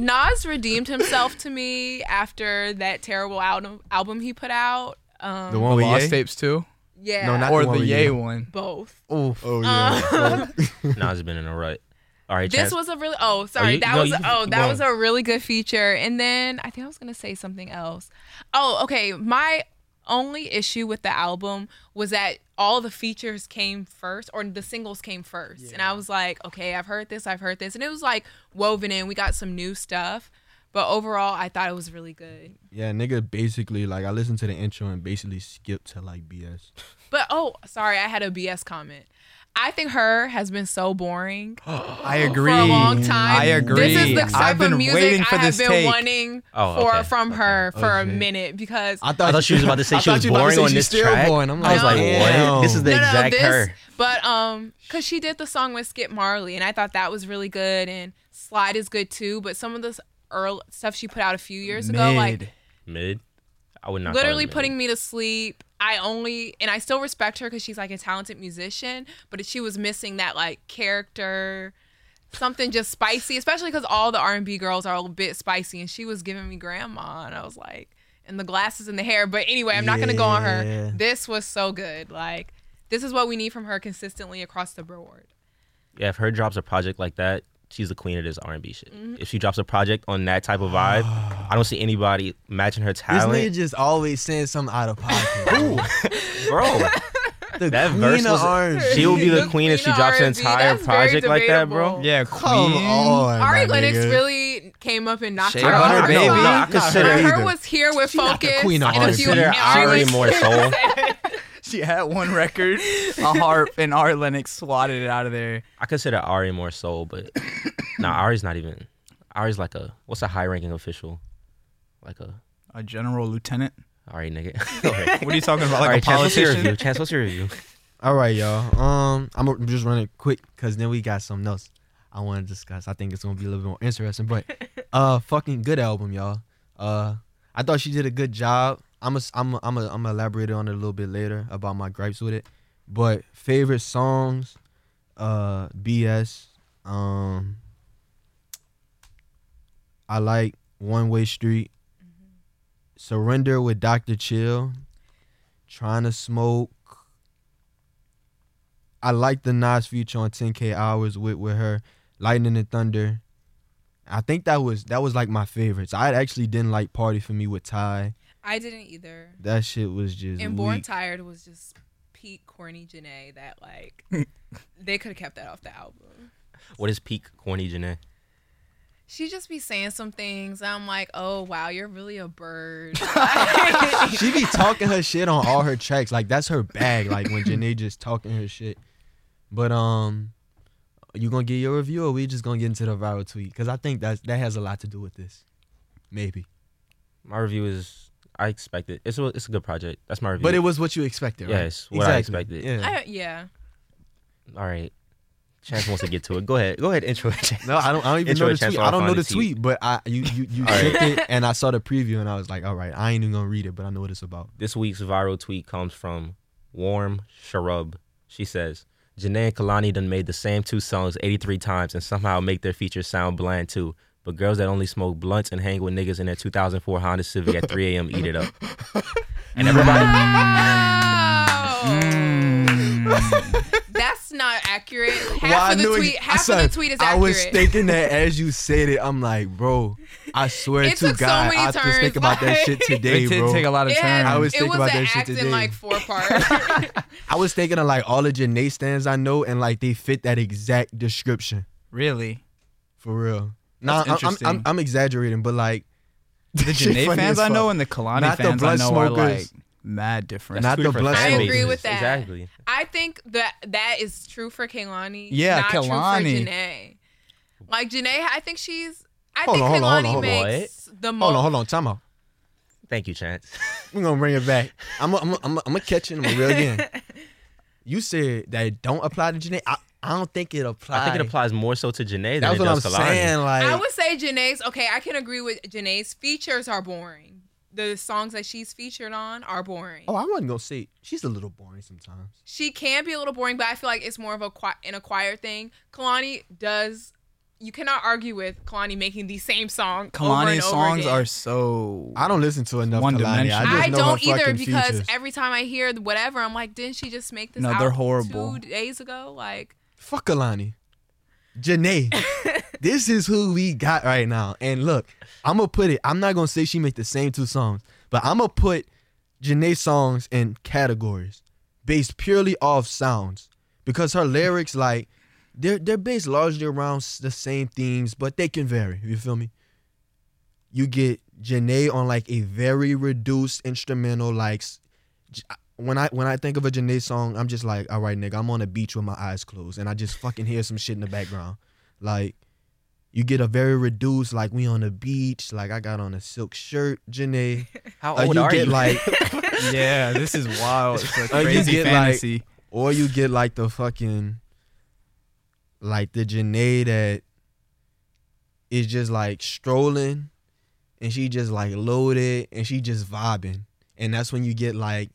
um, Nas redeemed himself to me after that terrible album album he put out. Um,
the one with
Lost
Ye?
Tapes too,
yeah,
No, not
or
the one
the
with
Yay
Ye.
one.
both.
Oof.
Oh *laughs* yeah.
Nas has been in a rut. All right,
This
Chance.
was a really oh sorry
you-
that
no,
was
you-
oh that
well-
was a really good feature. And then I think I was gonna say something else. Oh okay, my only issue with the album was that all the features came first or the singles came first, and I was like, okay, I've heard this, I've heard this, and it was like woven in. We got some new stuff, but overall, I thought it was really good.
yeah, nigga. Basically, like I listened to the intro and basically skipped to like BS.
But oh, sorry, I had a BS comment. I think her has been so boring
I agree.
for a long time.
I agree.
This is the type
I've been
of music
waiting for
I have
this
been
take.
wanting
Oh,
for
okay.
from her
Oh,
for a
Okay.
minute because
I thought she was
*laughs*
about to say
I
she
thought
was
you were about to
boring
say
on
she's
this
still
track.
boring. I'm
I was
like,
like,
damn.
what? This is the
no,
exact
no, this,
her.
But um, because she did the song with Skip Marley, and I thought that was really good, and Slide is good too. But some of this early stuff she put out a few years ago, like
Mid.
Mid. I would not. call
literally
it mid.
putting me to sleep. I only and I still respect her because she's like a talented musician, but she was missing that like character, something just spicy, especially because all the R and B girls are a little bit spicy, and she was giving me grandma, and I was like, and the glasses and the hair. But anyway, I'm not gonna go on her.
Yeah.
This was so good. Like this is what we need from her consistently across the board.
Yeah, if her drops a project like that, she's the queen of this R and B shit.
Mm-hmm.
If she drops a project on that type of vibe, I don't see anybody matching her
This nigga
talent,
just always saying something out of pocket.
bro.
*laughs* the
That
queen
verse
of
was-
orange.
She will
*laughs*
be the,
The
queen if she
queen of
drops an
R&B,
entire
that's very
project like that, bro.
debatable.
Yeah,
Come
Queen.
on,
Ari
my
Lennox
nigga.
really came up and knocked
Shea
her
Butter
off.
Baby?
No,
I
Not
consider
her
Her
either.
was here with
She not the
focus.
queen of
and a
R&B.
few-
Consider
and she
Ari
was-
more
*laughs*
soul.
*laughs* She had one record, a harp, and Art Lennox swatted it out of there.
I consider Ari more soul, but nah, Ari's not even. Ari's like a what's a high ranking official, like a
A general lieutenant.
Ari nigga. *laughs* Okay.
What are you talking about? Like
All
a
right, Chance, what's your review?
politician?
Chance, what's your review?
All right, y'all. Um, I'm gonna just running quick because then we got something else I want to discuss. I think it's gonna be a little bit more interesting, but uh, fucking good album, y'all. Uh, I thought she did a good job. I'm a, I'm a, I'm a, I'm gonna elaborate on it a little bit later about my gripes with it, but favorite songs, uh, BS. Um, I like One Way Street, Surrender with Dr. Chill, Trying to Smoke. I like the Nas feature on 10K Hours with with her, Lightning and Thunder. I think that was that was like my favorites. I actually didn't like Party for Me with Ty.
I didn't either.
That shit was just
And Born
weak.
Tired was just peak corny Janae that
*laughs*
like they could have kept that off the album.
What is peak corny Janae?
She just be saying some things. I'm like, oh wow, you're really a *laughs* bird.
she be talking her shit on all her tracks. Like that's her bag. Like when Janae just talking her shit. But um, you gonna get your review or we just gonna get into the viral tweet? Cause I think that's that has a lot to do with this. Maybe.
My review is I expected. It's a it's a good project. That's my review.
But it was what you expected, right?
Yes, what I expected.
Yeah.
I, yeah.
all right. Chance wants to get to it. Go ahead. Go ahead. Intro. it, Chance.
No, I don't. I don't even
Intro
know the
chance
tweet.
while I
I don't know
find
the
the
tweet, but I you you you
All right.
sent *laughs* it, and I saw the preview, and I was like, all right, I ain't even gonna read it, but I know what it's about.
This week's viral tweet comes from Warm Sharub. She says, Janae and Kalani done made the same two songs 83 times and somehow make their features sound bland too. But girls that only smoke blunts and hang with niggas in their 2004 Honda Civic at 3 a.m. eat it up. And everybody,
*laughs*
Mm.
Wow. *laughs* That's not accurate. Half
Well, I
of the
knew it-
tweet, half
son,
of the tweet is
I
accurate.
was thinking
*laughs*
that as you said it, I'm like, bro, I swear
It
to
took so
God,
many
I was
turns,
thinking about that
like-
shit
They
today,
did
bro.
take a lot of
it had-
time.
I was
it
thinking
was
about
an
that shit
act in,
today. *laughs*
like four part.
I was thinking of like all the Janae stands I know, and like they fit that exact description
really.
for real. Nah, I'm, I'm,
That's
I'm,
interesting.
I'm exaggerating, but like *laughs*
The
shit
Janae
funny as
fans I know
fuck.
and the Kalani
Not the
fans I
blunt
know are like
smokers.
mad different.
Not *laughs*
Two
the
different
blunt
fan
smokers.
I agree with
bases.
that.
Exactly.
I think that that is true for Kaylani.
Yeah,
not True
Kehlani.
for Janae. Like Janae, I think she's. I
Hold
think
on, hold on, hold
Kaylani
on, hold on.
makes the most.
hold on, hold on, time out.
Thank you, Chance.
We're gonna bring it
*laughs*
back. I'm gonna I'm I'm I'm catch it. I'm gonna reel it in. *laughs* You said that it don't apply to Janae. I, I don't think it
I
applies.
think it applies more so to Janae than
That's
it
what I'm
does Kalani.
saying. Like
I would say Janae's okay. I can agree with Janae's features are boring. The songs that she's featured on are boring.
Oh, I wasn't gonna say she's a little boring sometimes.
she can be a little boring, but I feel like it's more of a qui- an acquired thing. Kalani does. You cannot argue with Kalani making the same song. over and
Kalani's
over
songs
again.
are so.
I don't listen to enough
One
Kalani. I
dimensional.
just
I,
know
don't
her
either
fucking
because
features.
every time I hear whatever, I'm like, didn't she just make this?
No,
out
they're horrible.
Two days ago, like
Fuck Kalani. Janae.
*laughs*
this is who we got right now. And look, I'ma put it, I'm not gonna say she make the same two songs, but I'ma put Janae songs in categories based purely off sounds. Because her lyrics, like, they're they're based largely around s- the same themes, but they can vary. You feel me? You get Janae on like a very reduced instrumental, like s- j- when I when I think of a Janae song, I'm just like, all right, nigga, I'm on a beach with my eyes closed, and I just fucking hear some shit in the background. Like, you get a very reduced, like we on the beach, like I got on a silk shirt, Janae.
*laughs* How
Or
old
you
are
get
you?
like,
yeah, this is wild. It's a *laughs*
Uh, you
crazy
get, like-
fantasy.
or you get like the fucking, like the Janae that is just like strolling, and she just like loaded, and she just vibing, and that's when you get like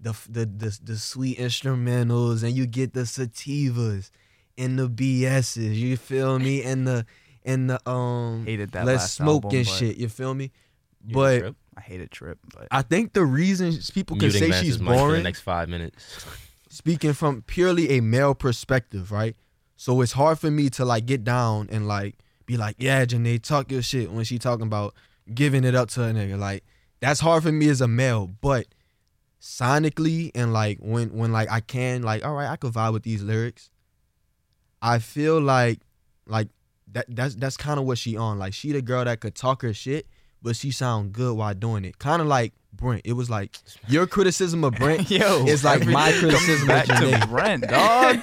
the the the, the sweet instrumentals, and you get the sativas, and the BSs. You feel me? And the and the um
Hated that
let's
last
smoke
album,
and
but-
shit. You feel me?
You
but
trip?
I hated Trip, but
I think the reason people can
Muting
say
Vance's
she's
mic for the
boring
next five minutes.
speaking from purely a male perspective, right? So it's hard for me to like get down and like be like, yeah, Janae, talk your shit when she talking about giving it up to a nigga. Like that's hard for me as a male, but sonically and like when when like I can like all right, I could vibe with these lyrics. I feel like like that that's that's kind of what she on. Like she the girl that could talk her shit, but she sound good while doing it. Kind of like Brent. It was like your criticism of Brent
*laughs* yo,
is like my
everything comes
criticism of
back
Janae.
to Brent, dog.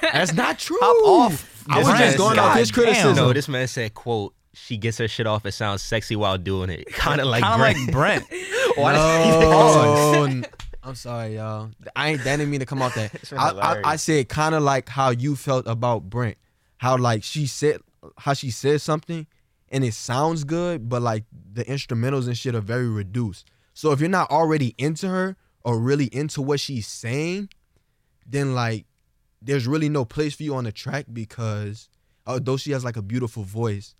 *laughs* That's not true.
Hop off.
I was
Brent,
just going off
God
his
damn.
criticism.
No, this man said, "quote She gets her shit off. It sounds sexy while doing it. *laughs* Kind of like,
Kind of like
Brent.
Brent. *laughs*
*laughs*
Why does he-
Oh, n- I'm sorry, y'all. I ain't that didn't mean to come out that.
It's been
I, I, I
hilarious.
said kind of like how you felt about Brent, how like she said how she said something, and it sounds good, but like the instrumentals and shit are very reduced. So if you're not already into her or really into what she's saying, then like there's really no place for you on the track because although she has like a beautiful voice,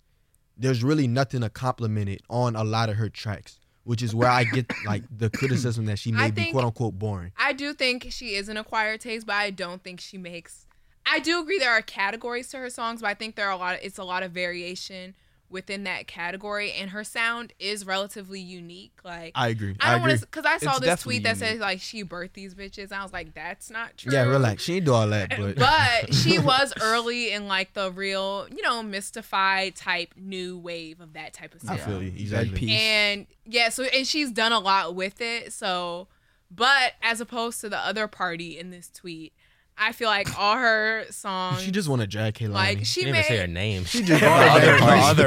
there's really nothing to compliment it on a lot of her tracks, which is where I get like the criticism that she
I
may be
think-
quote unquote boring.
I do think she is an acquired taste, but I don't think she makes. I do agree there are categories to her songs, but I think there are a lot. Of, it's a lot of variation within that category, and her sound is relatively unique. Like I,
I agree.
don't
agree.
want to because I saw
It's
this tweet that
definitely
says
unique.
like she birthed these bitches. I was like, that's not true.
yeah, relax. She ain't do all that, but, *laughs*
but she was early in like the real, you know, mystified type new wave of that type of
I
stuff.
feel you
Red
exactly.
piece.
And yeah, so and she's done a lot with it. So, but as opposed to the other party in this tweet, I feel like all her songs,
She just want to drag Kaylani.
like she
didn't
made
even say *laughs* her name. She
just
The
wanna drag
other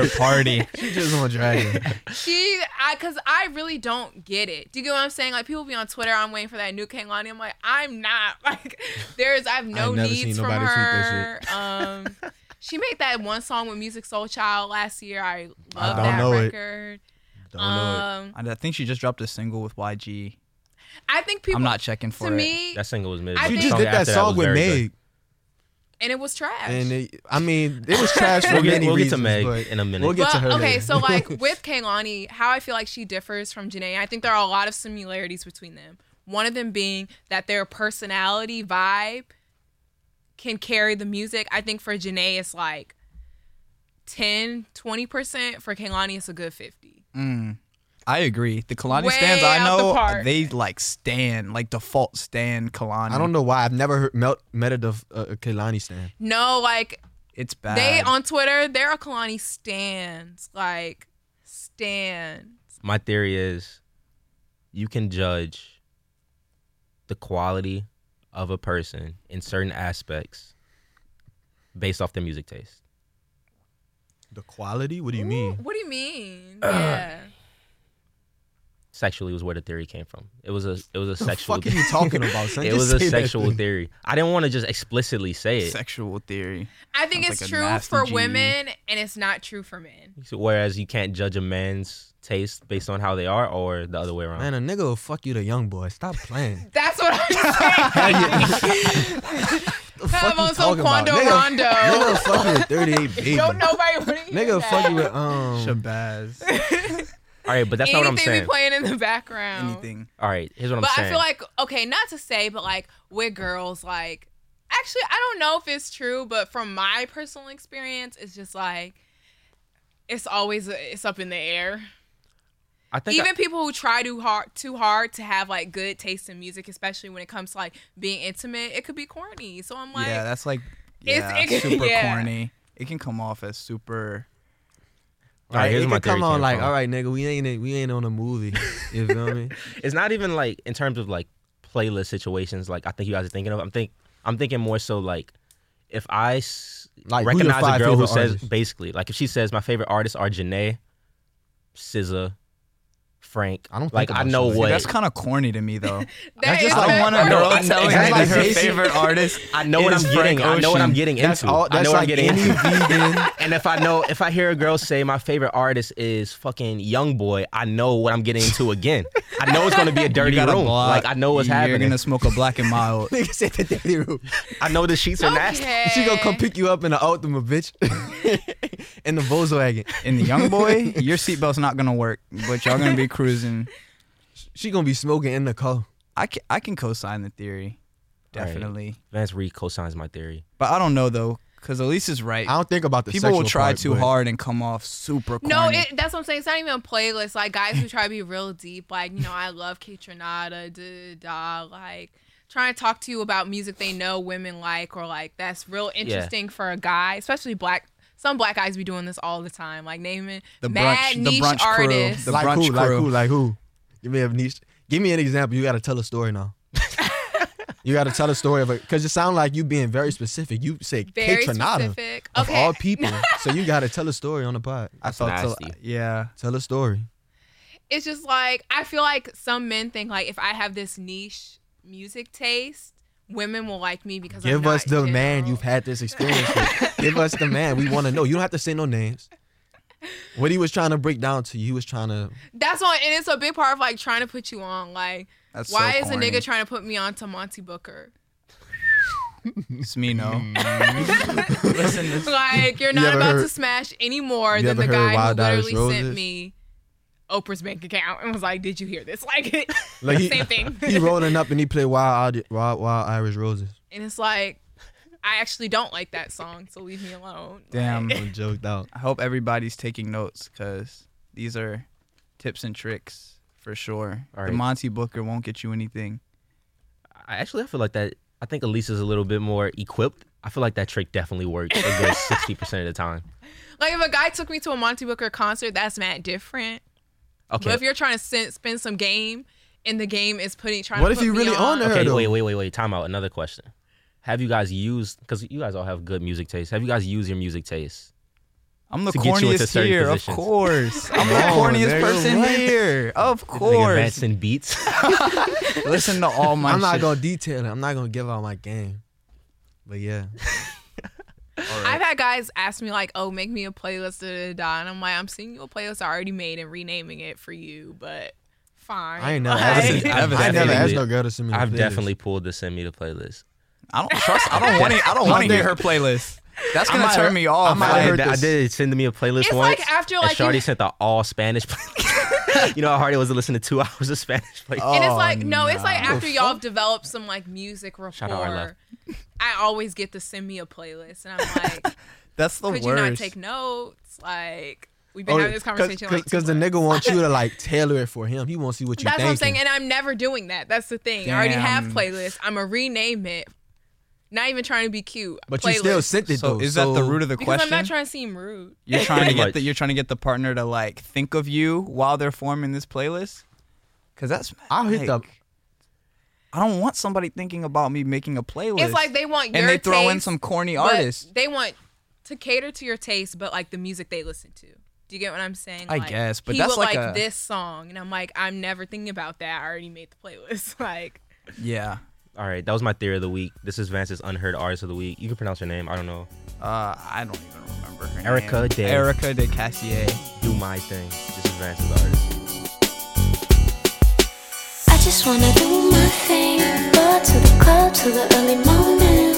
Kaylani.
*laughs*
party. The other party.
She just want to
*laughs*
drag her.
she I because I really don't get it. Do you get what I'm saying? Like people be on Twitter, I'm waiting for that new Kaylani. I'm like, I'm not *laughs* like there's I have no
I've never
needs
seen
from
nobody tweet
her.
that
Um,
*laughs*
she made that one song with Music Soul Child last year. I
don't
love that
know it.
record.
Don't know.
um,
I think she just dropped a single with YG.
I think people
I'm not checking for
to
it.
me,
that single was mid.
I
but
She
the
think-
just did that
after
song
was
with
very good.
Meg,
and it was trash.
and it, I mean, it was trash for
We'll get,
many
we'll get to
reasons.
Meg
but
in a minute.
we'll get
Well,
to her
okay,
later.
so like
*laughs*
with Kaylani, how I feel like she differs from Janae, I think there are a lot of similarities between them. One of them being that their personality vibe can carry the music. I think for Janae, it's like 10, 20%. For Kaylani, it's a good 50.
Mm. I agree. The Kalani
Way
stands I
out the
know uh,
park.
they like stand like default stand Kalani.
I don't know why I've never heard met, met a, def- a a Kehlani stand.
No, like
It's bad.
they on Twitter, they're a Kalani stands. Like, stands.
my theory is you can judge the quality of a person in certain aspects based off their music taste.
The quality? What do you
Ooh,
mean?
What do you mean? yeah.
Sexually was where the theory came from. It was a it was a
The
sexual
fuck are you talking about? *laughs* Son?
it
Just
was a
say that
sexual
thing.
theory. I didn't want to just explicitly say it.
sexual theory.
I think
Sounds
it's
like a
true
nasty
for
G.
women and it's not true for men.
Whereas you can't judge a man's taste based on how they are or the other way around.
Man, a nigga will fuck you, the young boy. Stop playing.
That's what I'm saying.
The
Have
you
on some
talking about?
Quando Rondo.
Nigga, nigga fuck you with 38 baby.
Don't nobody want to
Nigga fuck you with
Oh.
um.
*laughs*
Shabazz.
All right, but that's
Anything
not what I'm saying.
be playing in the background.
Anything.
All right, here's what
But
I'm saying.
I feel like okay, not to say, but like with girls, like actually, I don't know if it's true, but from my personal experience, it's just like it's always it's up in the air.
I think I-
even people who try too hard too hard to have like good taste in music, especially when it comes to like being intimate, it could be corny. So I'm like,
yeah, that's like
It's-
yeah,
it-
super
yeah.
corny. It can come off as super.
all right, here's
it
my
could
theory.
come on
came
like,
from.
all right, nigga, we ain't in- we ain't on a movie. You feel *laughs* me?
it's not even like in terms of like playlist situations like I think you guys are thinking of. I'm think I'm thinking more so like if I s-
Like, who your
recognize a
five
girl who
favorite
says
artists?
basically like if she says my favorite artists are Janae, SZA, Frank.
I don't
like
think
I
about
know
Shannon.
what
That's kind of corny to
*laughs*
me though.
that
just
is
like
bad *laughs*
one of
corny.
girl
I know-
*laughs* telling me
exactly.
that her
Basically-
*laughs*
favorite artist.
I know what
is
I'm getting.
Frank
I know what I'm
Ocean.
getting
That's
into.
all. That's
I know what I'm
like
getting
any
into.
vegan. *laughs*
And if I know if I hear a girl say my favorite artist is fucking Young Boy, I know what I'm getting into again. I know it's gonna be a dirty
You got a
room.
block.
Like I know what's
You're
happening.
gonna smoke a black and mild.
Nigga said the daily room.
I know the sheets are nasty.
Okay.
She gonna come pick you up in the Ultima, bitch, *laughs* in the Volkswagen.
In the
*laughs*
young boy, your seatbelt's not gonna work, but y'all gonna be cruising.
She gonna be smoking in the car.
I can, I can co-sign the theory,
All right.
definitely.
Vance Reed co-signs my theory.
But I don't know though, because Elise is right.
I don't think about the
People will
sexual
try
part,
too
but
hard and come off super corny.
No, it, that's what I'm saying. It's not even a playlist. Like guys who try to be real deep, like you know, I love Catronada, da da, da, like trying to talk to you about music they know women like, or like that's real interesting for a guy, especially black. Some black guys be doing this all the time, like naming
The
mad
brunch- the
niche
brunch crew,
artists.
the
Like
brunch
who? Like
crew.
who? Like who? Give me a niche. Give me an example. You gotta tell a story
*laughs*
now. you gotta tell a story of it because it sound like you being very specific. You say
very
Catronata
specific.
of
okay,
all
*laughs*
people, so you gotta tell a story on the pod.
I thought so.
nasty.
Yeah,
Tell a story.
it's just like I feel like some men think like if I have this niche music taste, women will like me because I'm
Give
not
us the man
general.
you've had this experience with. Give us the man. We want to know. You don't have to say no names. What he was trying to break down to you, he was trying to.
That's why, and it's a big part of like trying to put you on. Like,
That's
why
so
is
corny.
a nigga trying to put me on to Monty Booker?
it's me no.
*laughs*
Listen, to-
Like, you're
You
not
ever
about to
heard-
smash any more
you
than
ever
the
heard
guy who
Wild Eyes
literally sent
Roses?
me Oprah's bank account and was like, "Did you hear this?" *laughs* Like,
Like he,
same thing.
he rolling up and he played Wild, Id- Wild, Wild Irish Roses.
and it's like, I actually don't like that song, so leave me alone.
damn.
I'm joked out.
I hope everybody's taking notes because these are tips and tricks for sure.
All
The
right.
Monty Booker won't get you anything.
I actually I feel like that. I think Elise is a little bit more equipped. I feel like that trick definitely works a good sixty percent of the time.
Like, if a guy took me to a Monty Booker concert, that's mad different.
Okay.
But if you're trying to sen- spin some game, and the game is putting trying
What
to
if
put
you
me
really
on,
on her?
okay.
though.
Wait, wait, wait, wait. Time out. Another question. have you guys used because you guys all have good music taste. Have you guys used your music taste?
I'm the
To get you into
corniest
certain
here,
positions.
of course. I'm
*laughs*
the
on,
corniest
nigga,
person
what?
here, of
Nigga
course.
Manson beats.
*laughs* Listen to all my.
I'm not
shit.
gonna detail it. I'm not gonna give out my game. But yeah,
I've had guys ask me like, "Oh, make me a playlist," da, da, da, da. and I'm like, "I'm seeing you a playlist I already made and renaming it for you, but fine."
I ain't never.
Like-
asked,
I've
I ain't never
definitely-
asked no girl to send me. the
I've
playlist.
definitely pulled the send me the playlist.
I don't trust. I don't want to. I don't want to hear her playlist. That's gonna
might-
turn me off.
might
like-
I,
have heard
did, I
this.
did send me a playlist
It's
once.
like after,
and
like, you-
Shawty sent the all Spanish. *laughs* playlist. you know how hard it was to listen to two *laughs* hours of Spanish. Like,
*laughs* and it's
Oh,
like no, it's like after y'all have developed some like music
out our love.
rapport, I always get to send me a playlist, and I'm like,
That's the
"Could
worst.
you not take notes?" Like we've been having this conversation like two
because Oh, the
months.
nigga wants you to like tailor it for him. He wants to see what you.
That's what I'm saying,
thinking.
and I'm never doing that. That's the thing. I already have
Damn.
playlists. I'm gonna rename it. Not even trying to be cute.
But you still
Playlist.
sent it
so
though.
is that the root of the
because
question?
I'm not trying to seem rude.
you're trying to
*laughs*
Pretty
get
much.
the, you're trying to get the partner to like think of you while they're forming this playlist. Cause that's
I'll hit
like,
the-
I don't want somebody thinking about me making a playlist.
It's like they want your
and they throw in
taste,
some corny
but
artists.
They want to cater to your taste, but like the music they listen to. Do you get what I'm saying?
I
Like,
guess, but
he
that's
would
like
like,
a-
this song, and I'm like, I'm never thinking about that. I already made the playlist. *laughs* Like,
Yeah.
all right, that was my theory of the week. This is Vance's unheard artist of the week. You can pronounce her name. I don't know.
Uh, I don't even remember her
Erica
name.
De-
Erica De Cassier.
Do my thing. This is Vance's artist.
I just wanna do my thing. Go to the club till the early morning.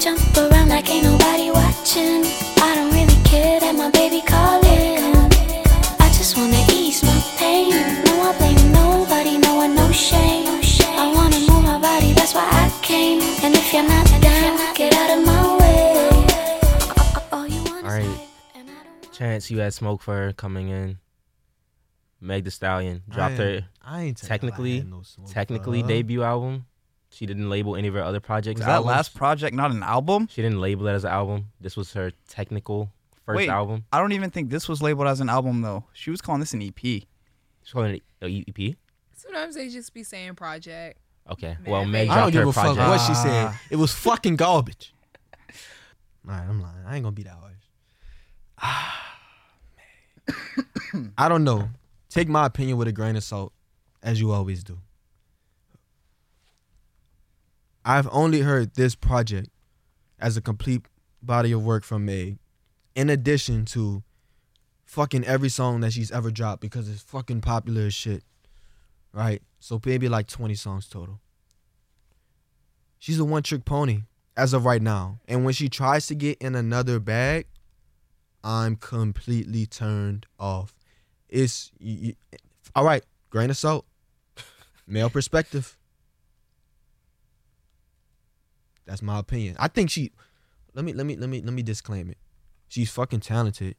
Jump around like ain't nobody watching. I don't really care that my baby calling. I just wanna ease my pain. No, I blame nobody, no one, no shame. I wanna move my body, that's why I came. And if you're not down, get out of my way. All you want is
Alright.
life, and I don't want-
Chance, you had smoke for her coming in. Meg The Stallion dropped
I ain't,
her
I ain't tell y'all I
technically-
had no smoke,
technically
bruh.
debut album. She didn't label any of her other projects.
Was that
albums.
last project not an album?
She didn't label it as an album. This was her technical first
Wait.
album.
I don't even think this was labeled as an album though. She was calling this an E EP.
She's calling it E an EP.
sometimes they just be saying project.
Okay.
Man,
Well, Meg
baby.
I don't
dropped
give
her
a fuck
project.
what she said.
Ah.
It was fucking garbage. All right, I'm lying. I ain't gonna be that harsh. Ah, man. I don't know. Take my opinion with a grain of salt, as you always do. I've only heard this project as a complete body of work from Meg, in addition to fucking every song that she's ever dropped because it's fucking popular as shit. Right? So maybe like 20 songs total. She's a one trick pony as of right now. And when she tries to get in another bag, I'm completely turned off. It's you, you- all right, grain of salt, male perspective. That's my opinion. I think she. Let me let me let me let me disclaim it. She's fucking talented.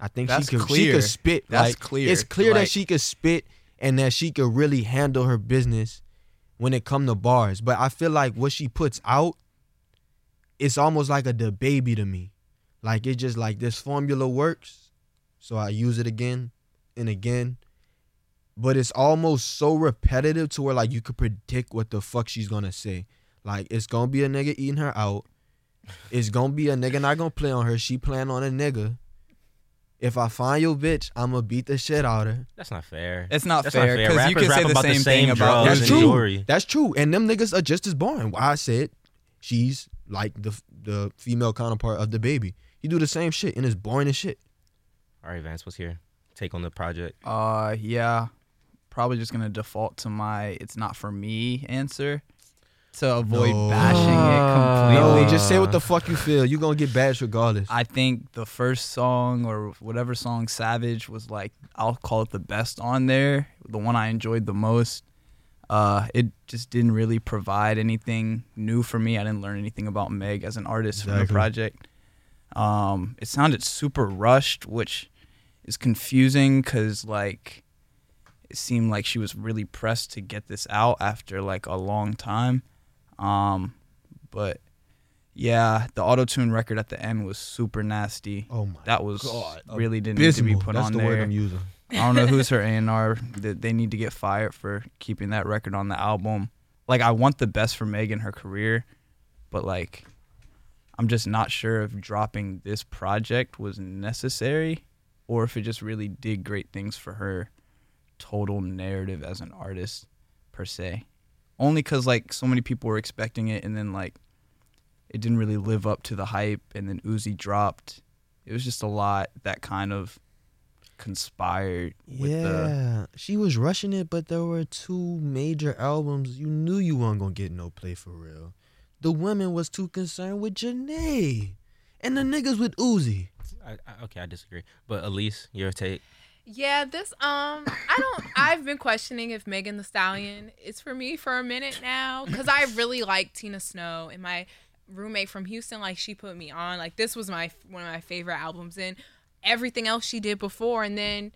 I think
That's
she could she
clear.
could spit.
That's
like,
clear.
It's clear
Like-
that she could spit and that she could really handle her business when it come to bars. But I feel like what she puts out, it's almost like a the baby to me. Like it's just like this formula works, so I use it again and again. But it's almost so repetitive to where like you could predict what the fuck she's gonna say. Like it's gonna be a nigga eating her out. It's gonna be a nigga not gonna play on her. She playing on a nigga. If I find your bitch, I'ma beat the shit out her.
That's not fair.
It's not
That's
fair because you
Rappers
can
rap
say the
about
same, thing about
drugs
That's
and
true.
jewelry.
That's true. And them niggas are just as boring. Why I said she's like the the female counterpart of the baby. You do the same shit and it's boring as shit.
All right, Vance, what's your take on the project?
Uh, yeah, probably just gonna default to my "it's not for me" answer to avoid
No.
bashing it
No,
completely.
just say what the fuck you feel. You gonna get bashed regardless.
I think the first song or whatever song Savage was like, I'll call it the best on there, the one I enjoyed the most. Uh, it just didn't really provide anything new for me. I didn't learn anything about Meg as an artist from the
Exactly.
project. Um, it sounded super rushed, which is confusing because like it seemed like she was really pressed to get this out after like a long time. Um, but yeah, the auto tune record at the end was super nasty.
oh my
that was
God.
really didn't need to
abysmal.
be put
That's
on
the
there.
word I'm using.
I don't
*laughs*
know who's her A and R. That they need to get fired for keeping that record on the album. Like I want the best for Meg in her career, but like I'm just not sure if dropping this project was necessary or if it just really did great things for her total narrative as an artist per se. Only cuz like so many people were expecting it and then like it didn't really live up to the hype and then Uzi dropped. It was just a lot that kind of conspired with
yeah,
the
she was rushing it, but there were two major albums. You knew you weren't gonna get no play for real. The women was too concerned with Janae, and the niggas with Uzi.
I, I, okay, I disagree. But Elise, your take.
Yeah, this um I don't I've been questioning if Megan the Stallion is for me for a minute now cuz I really like Tina Snow and my roommate from Houston like she put me on. Like this was my one of my favorite albums and everything else she did before and then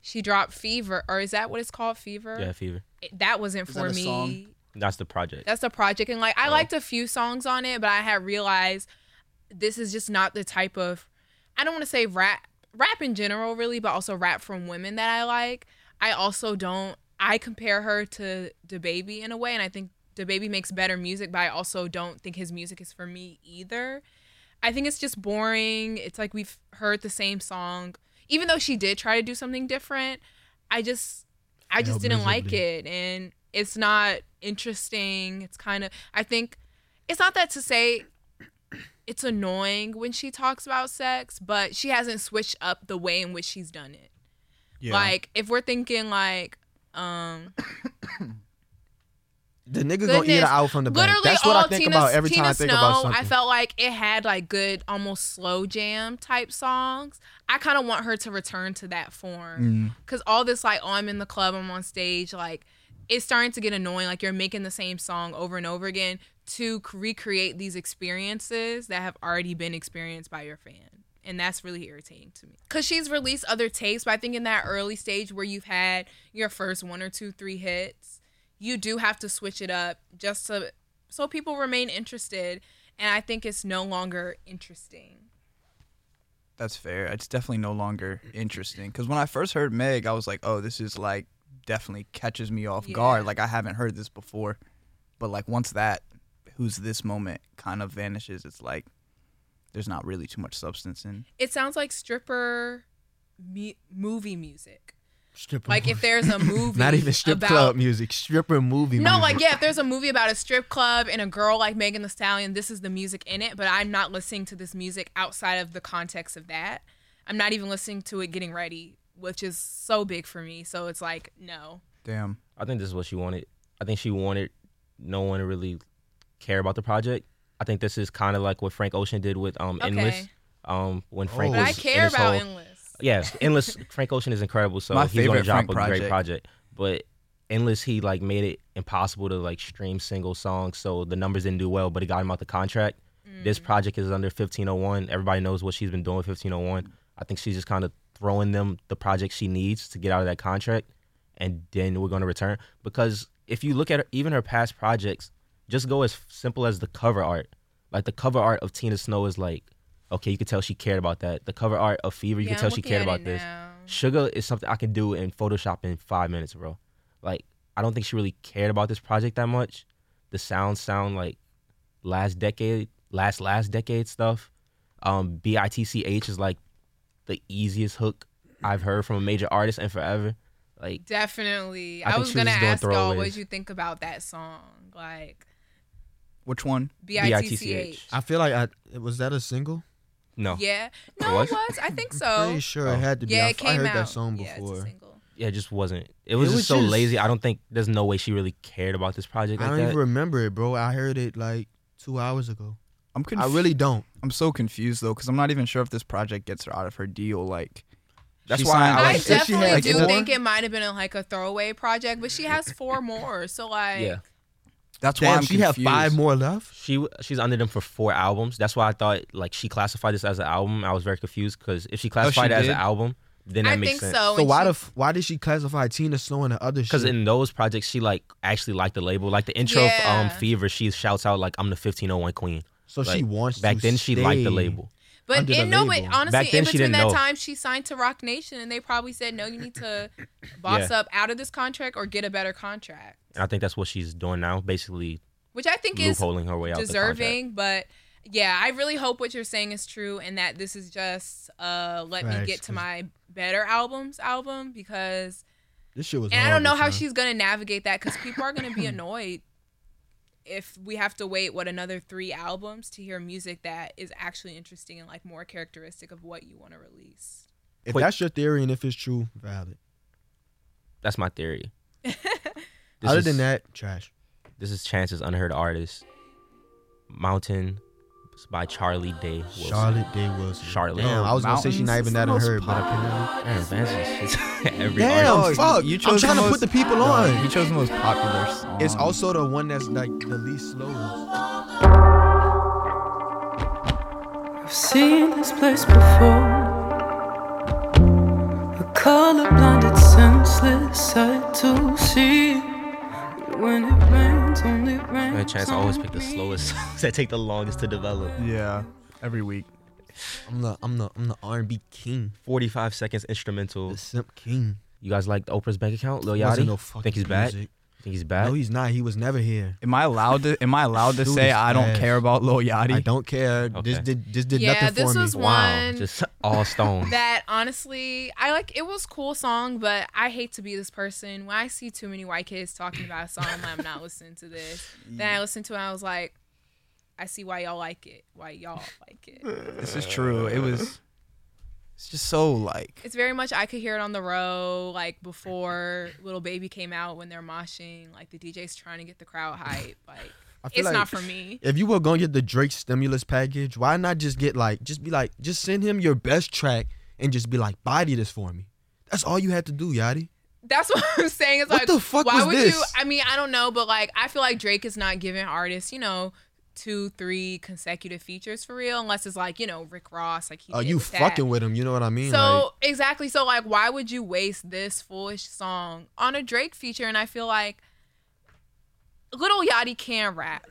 she dropped Fever or is that what it's called Fever?
Yeah, Fever.
It- that wasn't
Is
for
that a
me.
song?
That's the project.
That's the project. And like I liked a few songs on it, but I had realized this is just not the type of I don't want to say rap rap in general really, but also rap from women that I like. I also don't I compare her to the baby in a way and I think the baby makes better music, but I also don't think his music is for me either. I think it's just boring. It's like we've heard the same song. Even though she did try to do something different, I just I just
Failed
didn't like
miserably.
it and it's not interesting. It's kind of I think it's not that to say it's annoying when she talks about sex, but she hasn't switched up the way in which she's done it.
yeah.
Like if we're thinking like um
The nigga gonna eat
Goodness.
her out from the back.
literally
That's
all
what I think
Tina,
about every
Tina
time I
Snow,
think about something.
I felt like it had like good almost slow jam type songs. I kind of want her to return to that form because all this like oh I'm in the club, I'm on stage, like it's starting to get annoying. Like you're making the same song over and over again to c- recreate these experiences that have already been experienced by your fan. And that's really irritating to me. Cause she's released other tapes, but I think in that early stage where you've had your first one or two, three hits, you do have to switch it up just to so people remain interested and i think it's no longer interesting
That's fair. It's definitely no longer interesting. Because when I first heard Meg, I was like, oh, this is like definitely catches me off
Yeah.
guard. Like, I haven't heard this before. But like, once that who's this moment kind of vanishes, it's like there's not really too much substance in.
it sounds like stripper mu- movie music
stripper
like if
*laughs*
there's a movie
not even strip
about-
club music, stripper movie.
no
music.
like yeah if there's a movie about a strip club and a girl like megan the stallion this is the music in it but i'm not listening to this music outside of the context of that i'm not even listening to it getting ready which is so big for me so it's like no
Damn.
I think this is what she wanted. I think she wanted no one to really care about the project. I think this is kind of like what Frank Ocean did with um Endless.
Okay.
Um, when Frank
Oh.
was
but i
in
care
his
about
whole-
endless
Yeah, Endless. Frank Ocean is incredible, so
My
he's gonna
favorite
drop
Frank
a
project.
great project. But Endless, he like made it impossible to like stream single songs, so the numbers didn't do well. But it got him out the contract. This project is under 1501. Everybody knows what she's been doing. 1501. I think she's just kind of throwing them the project she needs to get out of that contract, and then we're gonna return. Because if you look at her, even her past projects, just go as simple as the cover art. Like the cover art of Tina Snow is like, okay, you could tell she cared about that. The cover art of Fever, you
Yeah,
could tell
I'm
she
looking
cared
at it
about this.
now.
Sugar is something I can do in Photoshop in five minutes, bro. Like I don't think she really cared about this project that much. The sounds sound like last decade, last last decade stuff. Um, BITCH is like the easiest hook I've heard from a major artist in forever. Like
Definitely.
I
I,
think
was
she was
gonna
just doing
ask y'all
throwaways.
what you think about that song, like
Which one?
B I T C H.
I feel like I was that a single.
no, yeah,
Yeah, no,
was?
it was. I think so.
Oh. Pretty sure
Oh.
it had to be.
Yeah,
I,
it
f- I
came
heard
out.
that song
Yeah, it's a
before.
single.
it just wasn't. It
It
was just
was
so
just-
lazy. I don't think there's no way she really cared about this project
I
like
don't
that.
even remember it, bro. I heard it like two hours ago.
I'm confused.
I really don't.
I'm so confused though, because I'm not even sure if this project gets her out of her deal. Like, that's
She
why
signed-
I,
I
like,
if she had,
definitely
like,
do
four-
think it might have been like a throwaway project, but she has four more. So like,
yeah.
that's why
Damn,
I'm
she
confused.
had five more left.
She w- she's under them for four albums. That's why I thought like she classified this as an album. I was very confused because
Oh,
if she classified it as
did?
an album, then that
I
makes
think
sense.
so.
so
Oh, and
why
she-
the f- why did she classify Tina Snow and the other shit?
Because in those projects, she like actually liked the label, like the intro
Yeah.
of um, Fever. She shouts out like, "I'm the 1501 Queen."
so she
Like,
wants
back
to
then she liked
stay.
the label.
But
under
in,
the
no, but
label.
honestly,
Back then
in
she
between
didn't know.
that time, she signed to Rock Nation, and they probably said, "No, you need to boss
Yeah.
up out of this contract or get a better contract."
And I think that's what she's doing now, basically
which I think is
loopholing her way out. The
deserving, but yeah, I really hope what you're saying is true and that this is just uh let me
Facts,
get to
'cause-
my better albums album because
This shit was.
and I don't know
horrible,
how
son.
she's gonna navigate that because people are gonna be annoyed if we have to wait what another three albums to hear music that is actually interesting and like more characteristic of what you want to release.
If
Wait.
that's your theory and if it's true, valid.
contract. That's my
*laughs*
theory. This
Other
is-
than that, trash.
this is Chance's unheard artist, Mountain, it's by Charlie Day. Wilson.
Charlotte Day Wilson.
Charlotte.
Damn, I was gonna say she's not even that unheard, but apparently.
Damn, Vance is *laughs* every artist.
Damn,
artist.
fuck. Oh,
You
You I'm
chose the
trying to
most-
put the people
You
on.
chose the most popular song.
It's also the one that's like the least slow.
I've seen this place before. A colorblinded, senseless sight to see. But When it rains, only rains.
And Chance always pick the
on me.
slowest *laughs* songs that take the longest to develop.
yeah. Every week.
I'm the I'm the I'm the R&B king,
45 seconds
the
instrumental.
simp king.
You guys like Oprah's bank account? Lil
Wasn't
Yachty?
no fucking
think he's back?
music.
Think he's back?
No, he's not. He was never here.
Am I allowed to? Am I allowed to
Shoot
say
his
I don't
ass.
care about Lil Yachty?
I don't care. This
Okay.
did this did
yeah,
nothing
this
for me.
was
wow,
one
just all stone.
that honestly I like it was cool song, but I hate to be this person. When I see too many white kids talking about a song, I'm, like, I'm not listening to this. Then I listened to it and I was like, I see why y'all like it. Why y'all like it.
This is true. It was. It's just so like.
It's very much I could hear it on the road, like before Little Baby came out when they're moshing, like the DJ's trying to get the crowd hype. Like
*sighs* I feel
it's
like
not for me.
If you were gonna get the Drake stimulus package, why not just get like, just be like, just send him your best track and just be like, body this for me. That's all you had to do, Yachty.
That's what I'm saying. It's
What
like,
the fuck
why
was
would you?
this?
I mean, I don't know, but like, I feel like Drake is not giving artists, you know, two, three consecutive features for real, unless it's like, you know, Rick Ross. Like, he
Oh,
did
you
with that.
fucking with him. You know what I mean?
So exactly. So like, why would you waste this foolish song on a Drake feature? And I feel like Little Yachty can rap.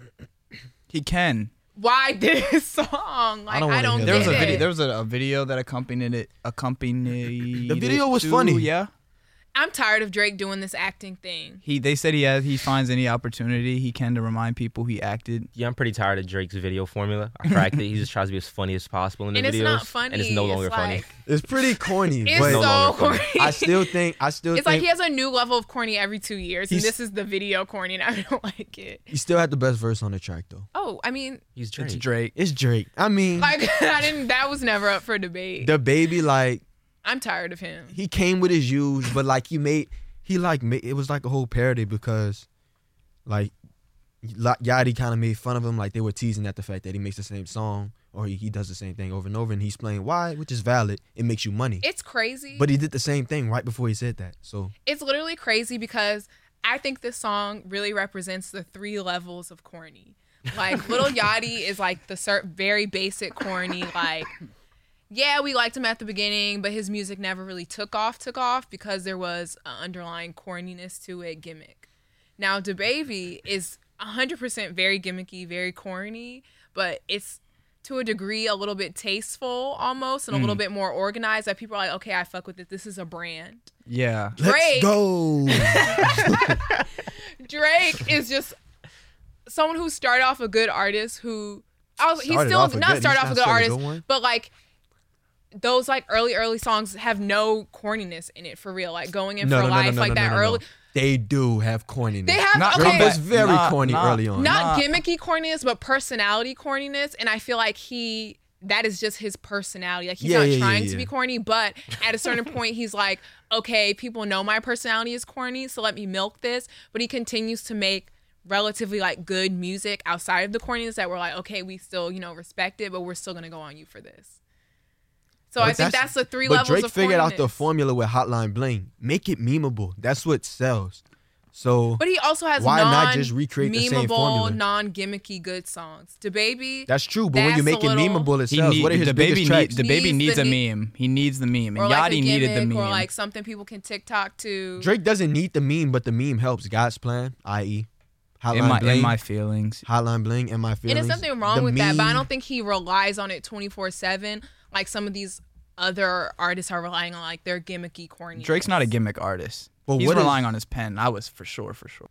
He can.
Why *laughs* this song? Like,
don't
I
wanna
don't.
hear
There was a
get
Yeah.
video.
it.
There was a, a video that accompanied it. Accompanied.
The video
it
was
to-
funny.
Yeah.
I'm tired of Drake doing this acting thing.
He. They said he has. He finds any opportunity he can to remind people he acted.
Yeah, I'm pretty tired of Drake's video formula. I cracked it. He just tries to be as funny as possible in the
And
videos.
it's not
And it's
funny.
no
It's
longer funny.
like-
like, it's pretty corny,
*laughs* It's
but
so
longer funny.
corny. *laughs*
I still think I still
It's like
think
he has a new level of corny every two years, and
He's-
this is the video corny, and I *laughs* don't like it.
he still had the best verse on the track though.
Oh, I mean,
He's Drake.
It's Drake.
It's Drake. I mean,
like *laughs* I didn't. That was never up for debate.
the baby like
I'm tired of him.
he came with his used, but like he made he like made, it was like a whole parody because like La- Yachty kind of made fun of him, like they were teasing at the fact that he makes the same song or he, he does the same thing over and over, and he's playing why, which is valid. It makes you money,
It's crazy.
but he did the same thing right before he said that. So
it's literally crazy because I think this song really represents the three levels of corny. Like Little Yachty is like the cer- very basic corny. Like, yeah, we liked him at the beginning, but his music never really took off. Took off because there was an underlying corniness to it, gimmick. Now DaBaby is 100% very gimmicky, very corny, but it's to a degree a little bit tasteful almost and a little bit more organized that people are like, okay, I fuck with it. This is a brand.
Yeah.
let's
Drake. *laughs*
go. *laughs*
Drake is just someone who started off a good artist who oh, he
Started
still
off a
not
good-
started
he's not
off a good
still a
artist,
good one?
but like those like early early songs have no corniness in it for real. Like going in for life like that early.
They do have corniness.
They have
Not
okay.
Drake was
But
very
not-
corny
not-
early on.
not
Nah.
gimmicky corniness, but personality corniness. And I feel like he that is just his personality. Like he's
Yeah,
not
yeah, yeah,
trying to
yeah.
be corny, but at
*laughs*
a certain point he's like, okay, people know my personality is corny, so let me milk this. But he continues to make relatively like good music outside of the corniness that we're like, okay, we still, you know, respect it, but we're still gonna go on you for this. So I
But
think that's, the three
but
levels
Drake
of
figured out the
corniness.
formula with Hotline Bling. Make it memeable. That's what sells. So
But he also has
Why
non
not just recreate the same formula?
memeable, non gimmicky good songs. DaBaby. baby.
that's true. But when you
that's
make
a
it
little-
memeable, it
He
sells.
need-
what are his
the
biggest
baby
tracks?
the baby
Needs
needs
the
a
ne-
meme. He needs the meme, and
or
Yachty
like a
needed the
gimmick,
meme.
or like something people can TikTok to.
Drake doesn't need the meme, but the meme helps God's plan, i.e., Hotline
in my
Bling,
in my feelings.
Hotline Bling, and my feelings.
and there's nothing wrong
The
with that, but I
meme-
don't think he relies on it 24 seven like some of these other artists are relying on like their gimmicky corny.
Drake's not a gimmick artist.
But
He's
what is-
relying on his pen. I was for sure, for sure.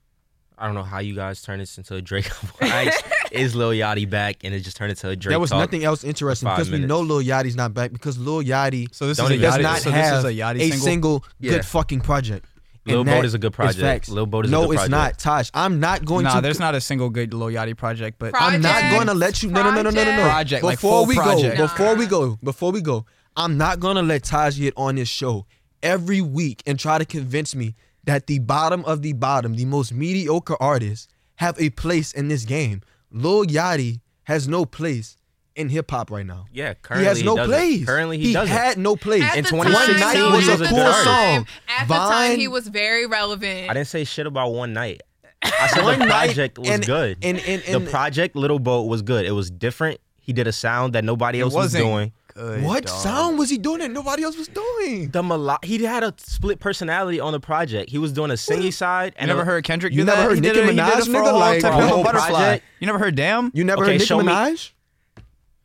I don't know how you guys turned this into a Drake.
*laughs*
I asked, is Lil Yachty back? And it just turned into a Drake.
there was
talk.
nothing else interesting
five
because we
minutes.
know Lil Yachty's not back because Lil Yachty
So this
Don't
is a
even-
does
Yachty,
not
so this
have
is a Yachty
a
single.
single
Yeah.
good fucking project.
Lil
And
Boat
that
is a good project.
facts.
Lil Boat is a
no,
good
it's not.
project.
Taj, I'm not going
nah,
to.
there's not a single good Lil Yachty project, but
Pro-
I'm not
Project,
going to let you. No, no, no, no, no, no, no.
project, like
Before
full
we
project.
go, before we go, before we go, I'm not going to let Taj get on this show every week and try to convince me that the bottom of the bottom, the most mediocre artists, have a place in this game. Lil Yachty has no place in hip hop right now.
Yeah,
he
currently
has no
doesn't.
place.
Currently, he,
he
doesn't.
had no place.
At
In
the
2016,
time,
he
though,
was
at
a
the
cool
time-
song.
At the time,
Vine-
he was very relevant.
I didn't say shit about one night. I said
One
the
night
project was
and-
good.
and- and- and-
the project Little Boat was good. It was different. He did a sound that nobody
it
else was
wasn't
doing.
good,
what
dog.
sound was he doing that nobody else was doing?
The melo- he had a split personality on the project. He was doing a singing side.
You
And
never
a-
heard Kendrick
You
do
never
that?
heard
He did
Nicki
it- he did
Minaj,
it for
nigga?
a whole
Like,
type of
bro,
whole
Butterfly.
project. You never heard Damn?
You never
Okay,
heard Nicki
show me-
Minaj?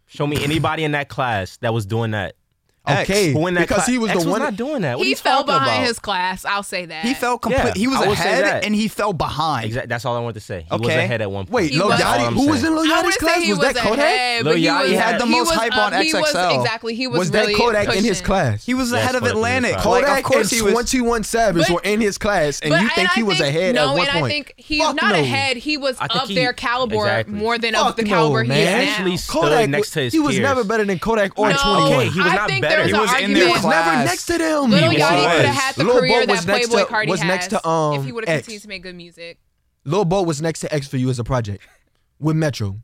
Show me anybody in that class that was doing that. X,
Okay,
who in that
because
cla-
he was
X
the one-
was not doing that. What are
he
you
fell
talking
behind
about?
his class. I'll say that.
He fell
Yeah,
complete. he was
I would say
ahead
that.
and he fell behind.
Exactly. That's all I wanted to say. He was
Okay.
ahead at one point.
Wait,
He
Lil
was-
That's all
Yachty?
I'm
Who was in
saying.
Lil
I
Yachty's
wouldn't
class?
say he
Was
was,
that Kodak?
ahead,
Lil
but he
Yachty
was,
had the
he
most
was,
hype on
uh, he was-
XXL.
exactly. He was,
Was that
really
Kodak in his
pushing.
class?
He was
Yes,
ahead of
but it was
Atlantic.
fine.
Kodak
like, of course
and
he was.
21 Savage
But-
were in his class, and
But-
you think
I
he was
think-
ahead
no,
at one
and
point?
I think he's
Fuck
not
no.
ahead. He was
I think
of
he-
their caliber
exactly.
more than
Fuck
of the
no,
caliber he
man.
is now.
Actually, stood
Kodak
next
was-
to his
He was
peers.
never better than Kodak or
no,
21.
Okay, he was
I
not
think
better.
There's
He
an
was in
argument.
their
He was never
class.
next to them.
Lil
He
Yachty
was.
could have had the
Lil
career
Bo was
that
next
Playboy
to,
Cardi
was
has
next to um
if he would have
X.
continued to make good music.
Lil Bo was next to X for you as a project with Metro.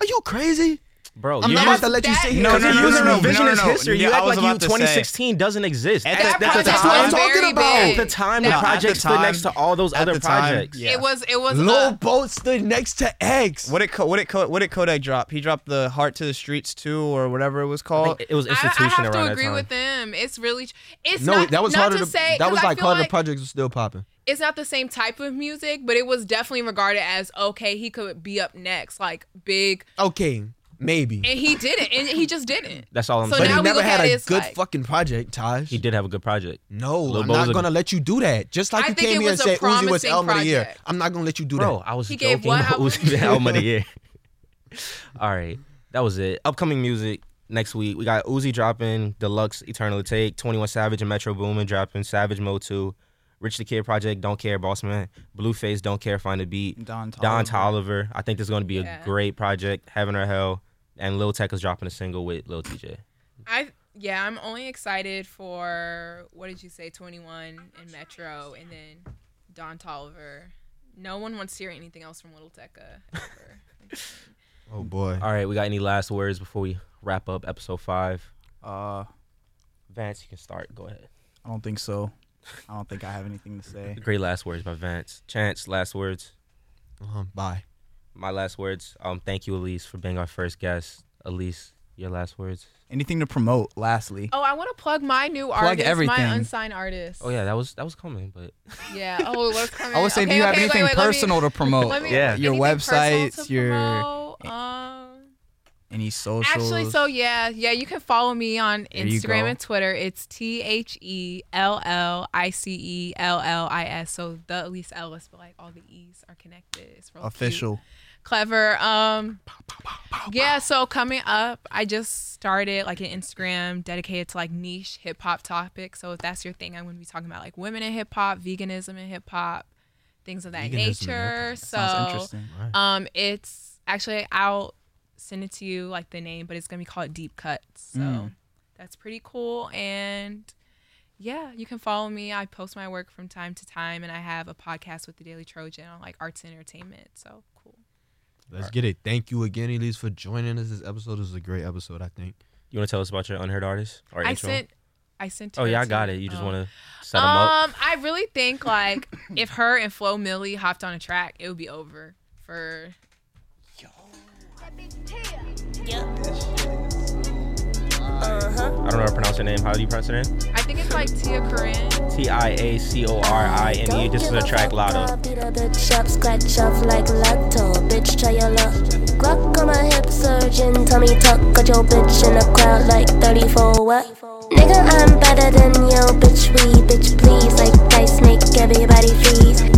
Are you crazy?
Bro,
I'm
you're
not
that's-
about to let you
that-
sit here.
No,
Because
no,
you're
no,
using
no, no,
revisionist
no, no.
history. You
Yeah, I
act
was
like you
about to say.
2016 doesn't exist.
At
At,
that
at the
project
what
time,
I'm
was
talking
very
about.
big.
at the time, the
No, at
project
the
stood
time-
next to all those
at
other
the time,
projects.
yeah.
It was it was
Lil
uh,
Bo stood next to X.
What did Co- what did Co- what did Kodak drop? He dropped the Heart to the Streets too, or whatever it was
I
called.
think It was
I, I
institution
have
around
to
that
agree
time.
with them. It's really it's
no,
not,
that was
not
harder
to
to,
say
that was
'cause I
like
feel
harder
like
projects was still popping.
it's not the same type of music, but it was definitely regarded as okay, he could be up next, like big
Okay, maybe.
and he didn't. And he just didn't.
That's all I'm
So
But
saying.
now
he
we
never
look
had
at it,
a
it's
good
like-
fucking project, Taj.
He did have a good project.
No,
Lil
I'm
Bo
not
was a-
gonna let you do that. Just like
I
you
think it
came here and
was a
said Uzi was
promising
Elm of the year.
project.
I'm not gonna let you do
Bro,
that.
*laughs* I was
He
joking.
gave what
about
album?
Uzi the album
*laughs*
of the year. All right, that was it. Upcoming music next week. We got Uzi dropping Deluxe Eternal Take, 21 Savage and Metro Boomin dropping Savage Mode 2, Rich the Kid Project Don't Care Boss Man, Blueface Don't Care Find a Beat,
Don
Don
Tolliver.
Tolliver. I think this is going to be
Yeah.
a great project, Heaven or Hell, and Lil Tech is dropping a single with Lil TJ.
*laughs* I yeah, I'm only excited for what did you say, 21 and Metro, and then Don Tolliver. No one wants to hear anything else from Little Tecca. ever.
oh boy.
All right, we got any last words before we wrap up episode five?
Uh,
Vance, you can start. Go ahead.
I don't think so. I don't think I have anything to say.
Great last words by Vance. Chance, last words.
Um, bye.
my last words. Um, thank you, Elise, for being our first guest. Elise, your last words.
Anything to promote? Lastly,
*laughs* oh, I want to plug my new
Plug
artist,
everything.
my unsigned artist.
Oh yeah, that was that was coming, but
Yeah. Oh, what's coming?
*laughs* I would say,
okay,
do you have
okay, wait,
anything
wait, let me-
personal to promote?
*laughs* let me-
Yeah.
Your
anything personal to
websites, your-
promote? Um,
Any socials?
Actually, so yeah, yeah, you can follow me on
There you
Instagram
go.
and Twitter. It's T H E L L I C E L L I S. So the Elise Ellis, but like all the E's are connected. It's real cute.
official.
clever. Um, yeah. So coming up, I just started like an Instagram dedicated to like niche hip hop topics. So if that's your thing, I'm going to be talking about like women in hip hop, veganism in hip hop, things of that
Veganism in
nature.
hip-hop.
So
Sounds interesting.
um, it's actually I'll send it to you like the name, but it's gonna be called Deep Cuts. So
Mm.
that's pretty cool. And yeah, you can follow me. I post my work from time to time, and I have a podcast with the Daily Trojan on like arts and entertainment. So cool.
Let's get it. Thank you again, Elise, for joining us. This episode this is a great episode, I think.
you want to tell us about your unheard artist or
I
intro?
sent. I sent.
oh
her
yeah, I
to-
got it. You just
oh.
want to set them up.
um, I really think like *coughs* if her and Flo Millie hopped on a track, it would be over for Um,
I don't know how to pronounce your name. How do you pronounce your name?
I think it's like Tia Corinne.
T I A C O R I N E. This is a track, Lotto.
Beat a bitch up, scratch off like Lotto. Bitch, try your luck. Glock on my hip, surgeon. Tummy tuck. Got your bitch in a crowd like 34. What? Nigga, I'm better than yo, bitch. We, bitch, please. Like dice, snake, everybody freeze.